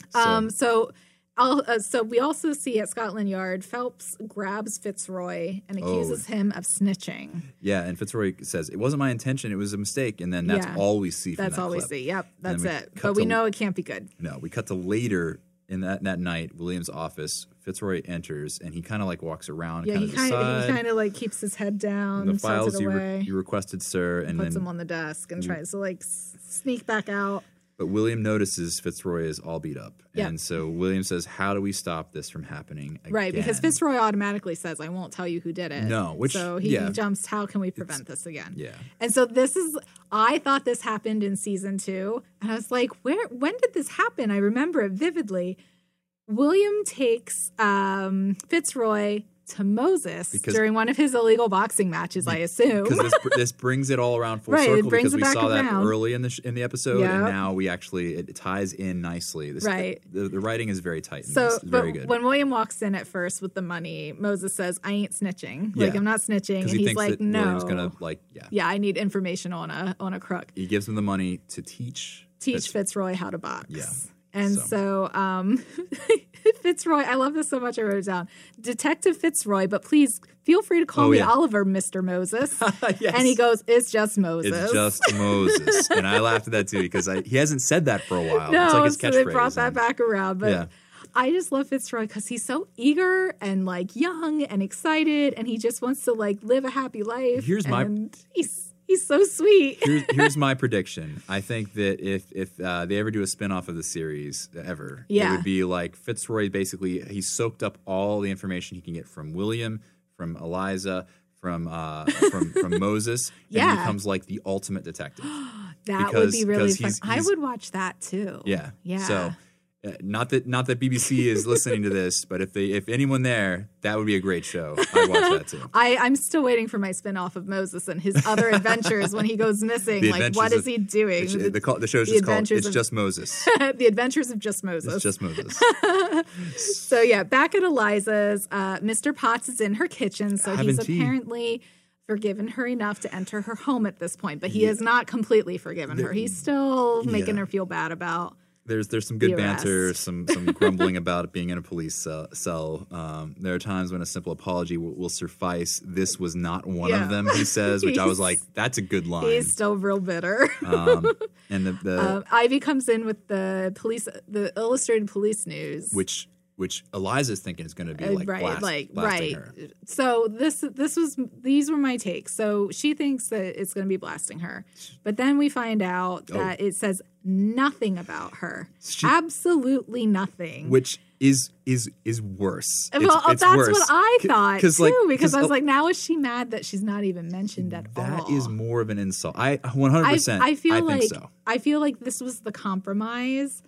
[SPEAKER 2] So,
[SPEAKER 1] Um, so, al- uh, so we also see at Scotland Yard, Phelps grabs Fitzroy and
[SPEAKER 2] Oh.
[SPEAKER 1] accuses him of snitching.
[SPEAKER 2] yeah, and Fitzroy says it wasn't my intention; it was a mistake, and then that's
[SPEAKER 1] Yeah.
[SPEAKER 2] all we see. From
[SPEAKER 1] That's
[SPEAKER 2] that
[SPEAKER 1] all we
[SPEAKER 2] clip.
[SPEAKER 1] see. Yep,
[SPEAKER 2] then
[SPEAKER 1] that's
[SPEAKER 2] we
[SPEAKER 1] it.
[SPEAKER 2] cut
[SPEAKER 1] But we
[SPEAKER 2] to-
[SPEAKER 1] know it can't be good.
[SPEAKER 2] No, we cut to later in that that night. William's office. Fitzroy enters, and he kind of like walks around.
[SPEAKER 1] Yeah,
[SPEAKER 2] kinda
[SPEAKER 1] he
[SPEAKER 2] to the
[SPEAKER 1] kind of
[SPEAKER 2] side.
[SPEAKER 1] he kind of like keeps his head down,
[SPEAKER 2] the
[SPEAKER 1] sets
[SPEAKER 2] files
[SPEAKER 1] it
[SPEAKER 2] you,
[SPEAKER 1] away,
[SPEAKER 2] re- you requested, sir, and
[SPEAKER 1] puts
[SPEAKER 2] then
[SPEAKER 1] them on the desk, and tries to like s- sneak back out.
[SPEAKER 2] but William notices Fitzroy is all beat up,
[SPEAKER 1] Yeah.
[SPEAKER 2] and so William says, "How do we stop this from happening?" Again?
[SPEAKER 1] Right, because Fitzroy automatically says, "I won't tell you who did it."
[SPEAKER 2] No, which-
[SPEAKER 1] so he
[SPEAKER 2] yeah.
[SPEAKER 1] jumps. How can we prevent this again?
[SPEAKER 2] yeah,
[SPEAKER 1] And so this is. I thought this happened in season two, and I was like, "Where? When did this happen?" I remember it vividly. William takes um, Fitzroy to Moses
[SPEAKER 2] Because-
[SPEAKER 1] during one of his illegal boxing matches, I assume.
[SPEAKER 2] because
[SPEAKER 1] <laughs>
[SPEAKER 2] this, this brings it all around full
[SPEAKER 1] Right, it
[SPEAKER 2] circle
[SPEAKER 1] brings
[SPEAKER 2] because
[SPEAKER 1] it
[SPEAKER 2] we
[SPEAKER 1] back
[SPEAKER 2] saw
[SPEAKER 1] around.
[SPEAKER 2] that early in the sh- in the episode and
[SPEAKER 1] Yeah.
[SPEAKER 2] now we actually it ties in nicely this,
[SPEAKER 1] Right.
[SPEAKER 2] the, the writing is very tight and
[SPEAKER 1] So,
[SPEAKER 2] it's
[SPEAKER 1] but
[SPEAKER 2] very good
[SPEAKER 1] when William walks in at first with the money, Moses says, "I ain't snitching. Like
[SPEAKER 2] Yeah.
[SPEAKER 1] I'm not snitching." And
[SPEAKER 2] he
[SPEAKER 1] he's
[SPEAKER 2] thinks
[SPEAKER 1] like,
[SPEAKER 2] that
[SPEAKER 1] "No,
[SPEAKER 2] William's gonna like yeah.
[SPEAKER 1] yeah, I need information on a on a crook.
[SPEAKER 2] he gives him the money to teach
[SPEAKER 1] Teach
[SPEAKER 2] Fitz-
[SPEAKER 1] Fitzroy how to box."
[SPEAKER 2] Yeah.
[SPEAKER 1] And so,
[SPEAKER 2] So-
[SPEAKER 1] um, <laughs> Fitzroy, I love this so much. I wrote it down, Detective Fitzroy. But please feel free to call
[SPEAKER 2] Oh,
[SPEAKER 1] me
[SPEAKER 2] yeah.
[SPEAKER 1] Oliver, Mister Moses.
[SPEAKER 2] <laughs> <laughs> Yes.
[SPEAKER 1] And he goes, "It's just Moses."
[SPEAKER 2] It's just Moses, and I laughed at that too because I, he hasn't said that for a
[SPEAKER 1] <laughs>
[SPEAKER 2] while.
[SPEAKER 1] no,
[SPEAKER 2] Oh, it's like his
[SPEAKER 1] so
[SPEAKER 2] catchphrase.
[SPEAKER 1] they brought that
[SPEAKER 2] and-
[SPEAKER 1] back around. But
[SPEAKER 2] Yeah.
[SPEAKER 1] I just love Fitzroy because he's so eager and like young and excited, and he just wants to like live a happy life.
[SPEAKER 2] Here's my-
[SPEAKER 1] and he's he's so sweet. <laughs>
[SPEAKER 2] Here's, here's my prediction. I think that if if uh, they ever do a spin-off of the series ever,
[SPEAKER 1] Yeah.
[SPEAKER 2] it would be like Fitzroy. Basically, he soaked up all the information he can get from William, from Eliza, from uh,
[SPEAKER 1] <laughs>
[SPEAKER 2] from from Moses, and
[SPEAKER 1] Yeah.
[SPEAKER 2] he becomes like the
[SPEAKER 1] <gasps>
[SPEAKER 2] ultimate detective.
[SPEAKER 1] That would be
[SPEAKER 2] because-
[SPEAKER 1] really
[SPEAKER 2] because
[SPEAKER 1] fun.
[SPEAKER 2] he's-
[SPEAKER 1] I
[SPEAKER 2] he's-
[SPEAKER 1] would watch that too.
[SPEAKER 2] Yeah.
[SPEAKER 1] yeah.
[SPEAKER 2] So. Uh, not that not that BBC is listening to this, but if they if anyone there, that would be a great show. I'd watch
[SPEAKER 1] <laughs>
[SPEAKER 2] that too.
[SPEAKER 1] I, I'm still waiting for my spin off of Moses and his
[SPEAKER 2] <laughs>
[SPEAKER 1] other adventures when he goes missing.
[SPEAKER 2] The
[SPEAKER 1] Like, what
[SPEAKER 2] adventures
[SPEAKER 1] is he doing?
[SPEAKER 2] It's- the, call, the show's
[SPEAKER 1] the
[SPEAKER 2] just called
[SPEAKER 1] adventures
[SPEAKER 2] "It's
[SPEAKER 1] of-
[SPEAKER 2] Just Moses."
[SPEAKER 1] <laughs> the adventures of just Moses.
[SPEAKER 2] It's just
[SPEAKER 1] <laughs>
[SPEAKER 2] Moses.
[SPEAKER 1] So yeah, back at Eliza's, uh, Mr. Potts is in her kitchen, so
[SPEAKER 2] Having
[SPEAKER 1] he's
[SPEAKER 2] tea.
[SPEAKER 1] apparently forgiven her enough to enter her home at this point, but he has not completely forgiven her. He's still making
[SPEAKER 2] Yeah.
[SPEAKER 1] her feel bad about.
[SPEAKER 2] There's there's some good
[SPEAKER 1] The
[SPEAKER 2] banter,
[SPEAKER 1] arrest.
[SPEAKER 2] some some
[SPEAKER 1] <laughs>
[SPEAKER 2] grumbling about being in a police cell. cell. Um, there are times when a simple apology will, will suffice. This was not one
[SPEAKER 1] Yeah.
[SPEAKER 2] of them, he says, which I
[SPEAKER 1] He's-
[SPEAKER 2] was
[SPEAKER 1] <laughs>
[SPEAKER 2] like, that's a good line.
[SPEAKER 1] He's <laughs> still real bitter.
[SPEAKER 2] Um, and the, the
[SPEAKER 1] <laughs> Um, Ivy comes in with the police, the Illustrated Police News,
[SPEAKER 2] which which Eliza's thinking is going to be
[SPEAKER 1] Uh,
[SPEAKER 2] like blast- blasting her.
[SPEAKER 1] So this this was these were my takes. So she thinks that it's going to be blasting her, but then we find out
[SPEAKER 2] Oh.
[SPEAKER 1] that it says nothing about her,
[SPEAKER 2] She-
[SPEAKER 1] absolutely nothing.
[SPEAKER 2] which is is is worse.
[SPEAKER 1] well,
[SPEAKER 2] It's-
[SPEAKER 1] oh,
[SPEAKER 2] it's
[SPEAKER 1] that's
[SPEAKER 2] worse.
[SPEAKER 1] what I
[SPEAKER 2] C-
[SPEAKER 1] thought too,
[SPEAKER 2] like,
[SPEAKER 1] because I was
[SPEAKER 2] uh,
[SPEAKER 1] like, now is she mad that she's not even mentioned at all?
[SPEAKER 2] that is more of an insult. I 100.
[SPEAKER 1] I,
[SPEAKER 2] percent
[SPEAKER 1] I feel
[SPEAKER 2] I think
[SPEAKER 1] like
[SPEAKER 2] so.
[SPEAKER 1] I feel like this was the compromise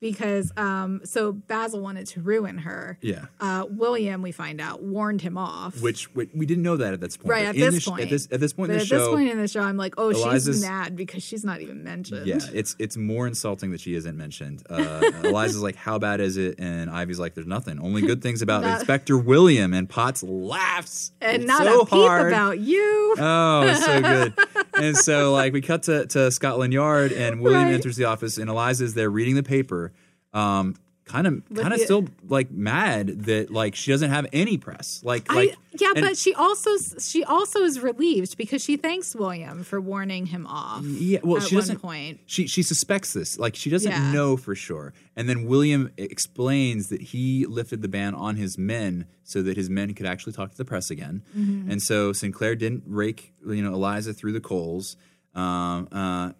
[SPEAKER 1] because um so Basil wanted to ruin her.
[SPEAKER 2] Yeah.
[SPEAKER 1] Uh, William, we find out, warned him off.
[SPEAKER 2] Which we, we didn't know that at this point.
[SPEAKER 1] Right,
[SPEAKER 2] but
[SPEAKER 1] at
[SPEAKER 2] in
[SPEAKER 1] this
[SPEAKER 2] the sh-
[SPEAKER 1] point.
[SPEAKER 2] at this at this point
[SPEAKER 1] But
[SPEAKER 2] in the
[SPEAKER 1] at
[SPEAKER 2] show,
[SPEAKER 1] this point in the show, I'm like, oh, she's
[SPEAKER 2] Eliza's-
[SPEAKER 1] mad because she's not even mentioned.
[SPEAKER 2] Yeah, it's it's more insulting that she isn't mentioned.
[SPEAKER 1] <laughs>
[SPEAKER 2] Uh, Eliza's like, "How bad is it?" And Ivy's like, "There's nothing. Only good things about
[SPEAKER 1] Not-
[SPEAKER 2] Inspector William." And Potts laughs
[SPEAKER 1] and not
[SPEAKER 2] so
[SPEAKER 1] a peep
[SPEAKER 2] hard.
[SPEAKER 1] about you.
[SPEAKER 2] Oh, it's
[SPEAKER 1] <laughs>
[SPEAKER 2] so good. and so, like, we cut to, to Scotland Yard, and William
[SPEAKER 1] Right.
[SPEAKER 2] enters the office, and Eliza is there reading the paper. Um, kind of, kind of
[SPEAKER 1] the-
[SPEAKER 2] still like mad that like she doesn't have any press. Like,
[SPEAKER 1] I,
[SPEAKER 2] like
[SPEAKER 1] yeah,
[SPEAKER 2] and-
[SPEAKER 1] but she also she also is relieved because she thanks William for warning him off.
[SPEAKER 2] Yeah, well,
[SPEAKER 1] at
[SPEAKER 2] she
[SPEAKER 1] one
[SPEAKER 2] doesn't.
[SPEAKER 1] point.
[SPEAKER 2] She she suspects this, like she doesn't
[SPEAKER 1] Yeah.
[SPEAKER 2] know for sure. And then William e, explains that he lifted the ban on his men so that his men could actually talk to the press again. And so Sinclair didn't rake, you know, Eliza through the coals. Um, uh,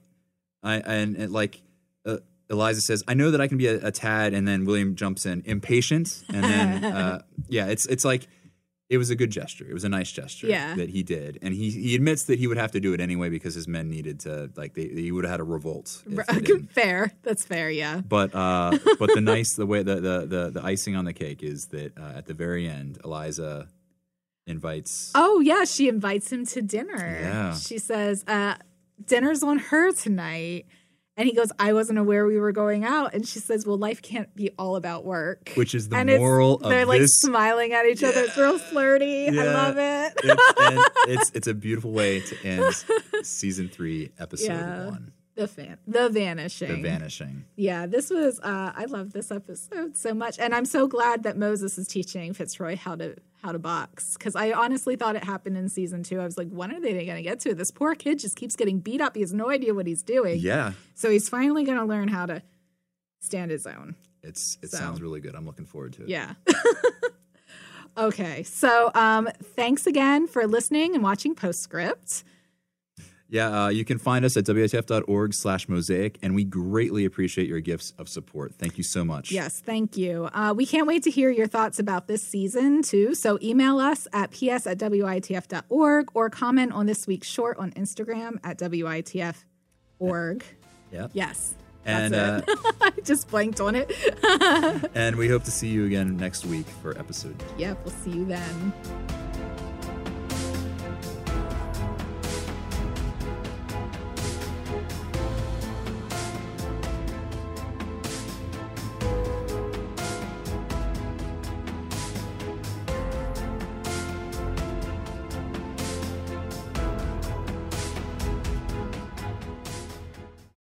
[SPEAKER 2] I and, and like. Uh, Eliza says, "I know that I can be a, a tad," and then William jumps in, impatient, and
[SPEAKER 1] <laughs>
[SPEAKER 2] then uh, yeah, it's it's like it was a good gesture. It was a nice gesture
[SPEAKER 1] Yeah.
[SPEAKER 2] that he did, and he he admits that he would have to do it anyway because his men needed to like they he would have had a revolt.
[SPEAKER 1] <laughs>
[SPEAKER 2] if they didn't.
[SPEAKER 1] fair, that's fair. Yeah, <laughs>
[SPEAKER 2] But uh, but the nice the way the, the the the icing on the cake is that uh, at the very end, Eliza invites.
[SPEAKER 1] Oh yeah, she invites him to dinner.
[SPEAKER 2] Yeah.
[SPEAKER 1] She says, uh, dinner's on her tonight. And he goes, I wasn't aware we were going out. And she says, Well, life can't be all about work.
[SPEAKER 2] Which is the
[SPEAKER 1] and it's-
[SPEAKER 2] moral of
[SPEAKER 1] They're like
[SPEAKER 2] this-
[SPEAKER 1] smiling at each other. It's real flirty. I
[SPEAKER 2] Yeah.
[SPEAKER 1] love it. <laughs>
[SPEAKER 2] It's, and it's it's a beautiful way to end season three, episode
[SPEAKER 1] Yeah.
[SPEAKER 2] one,
[SPEAKER 1] The fan the
[SPEAKER 2] the
[SPEAKER 1] vanishing.
[SPEAKER 2] vanishing.
[SPEAKER 1] yeah, this was uh, I love this episode so much. And I'm so glad that Moses is teaching Fitzroy how to how to box. Cause I honestly thought it happened in season two. I was like, when are they gonna get to it? This poor kid just keeps getting beat up. He has no idea what he's doing.
[SPEAKER 2] Yeah,
[SPEAKER 1] So he's finally going to learn how to stand his own.
[SPEAKER 2] it's it
[SPEAKER 1] So.
[SPEAKER 2] sounds really good. I'm looking forward to it.
[SPEAKER 1] Yeah. <laughs> okay. So um, thanks again for listening and watching Postscript.
[SPEAKER 2] Yeah, uh, you can find us at WTF.org slash mosaic, and we greatly appreciate your gifts of support. Thank you so much.
[SPEAKER 1] Yes, thank you. Uh, we can't wait to hear your thoughts about this season, too. So email us at ps at witf.org or comment on this week's short on Instagram at witf.org.
[SPEAKER 2] Yeah.
[SPEAKER 1] Yes.
[SPEAKER 2] And uh,
[SPEAKER 1] That's it. <laughs> I just blanked on it.
[SPEAKER 2] and we hope to see you again next week for episode
[SPEAKER 1] yep, we'll see you then.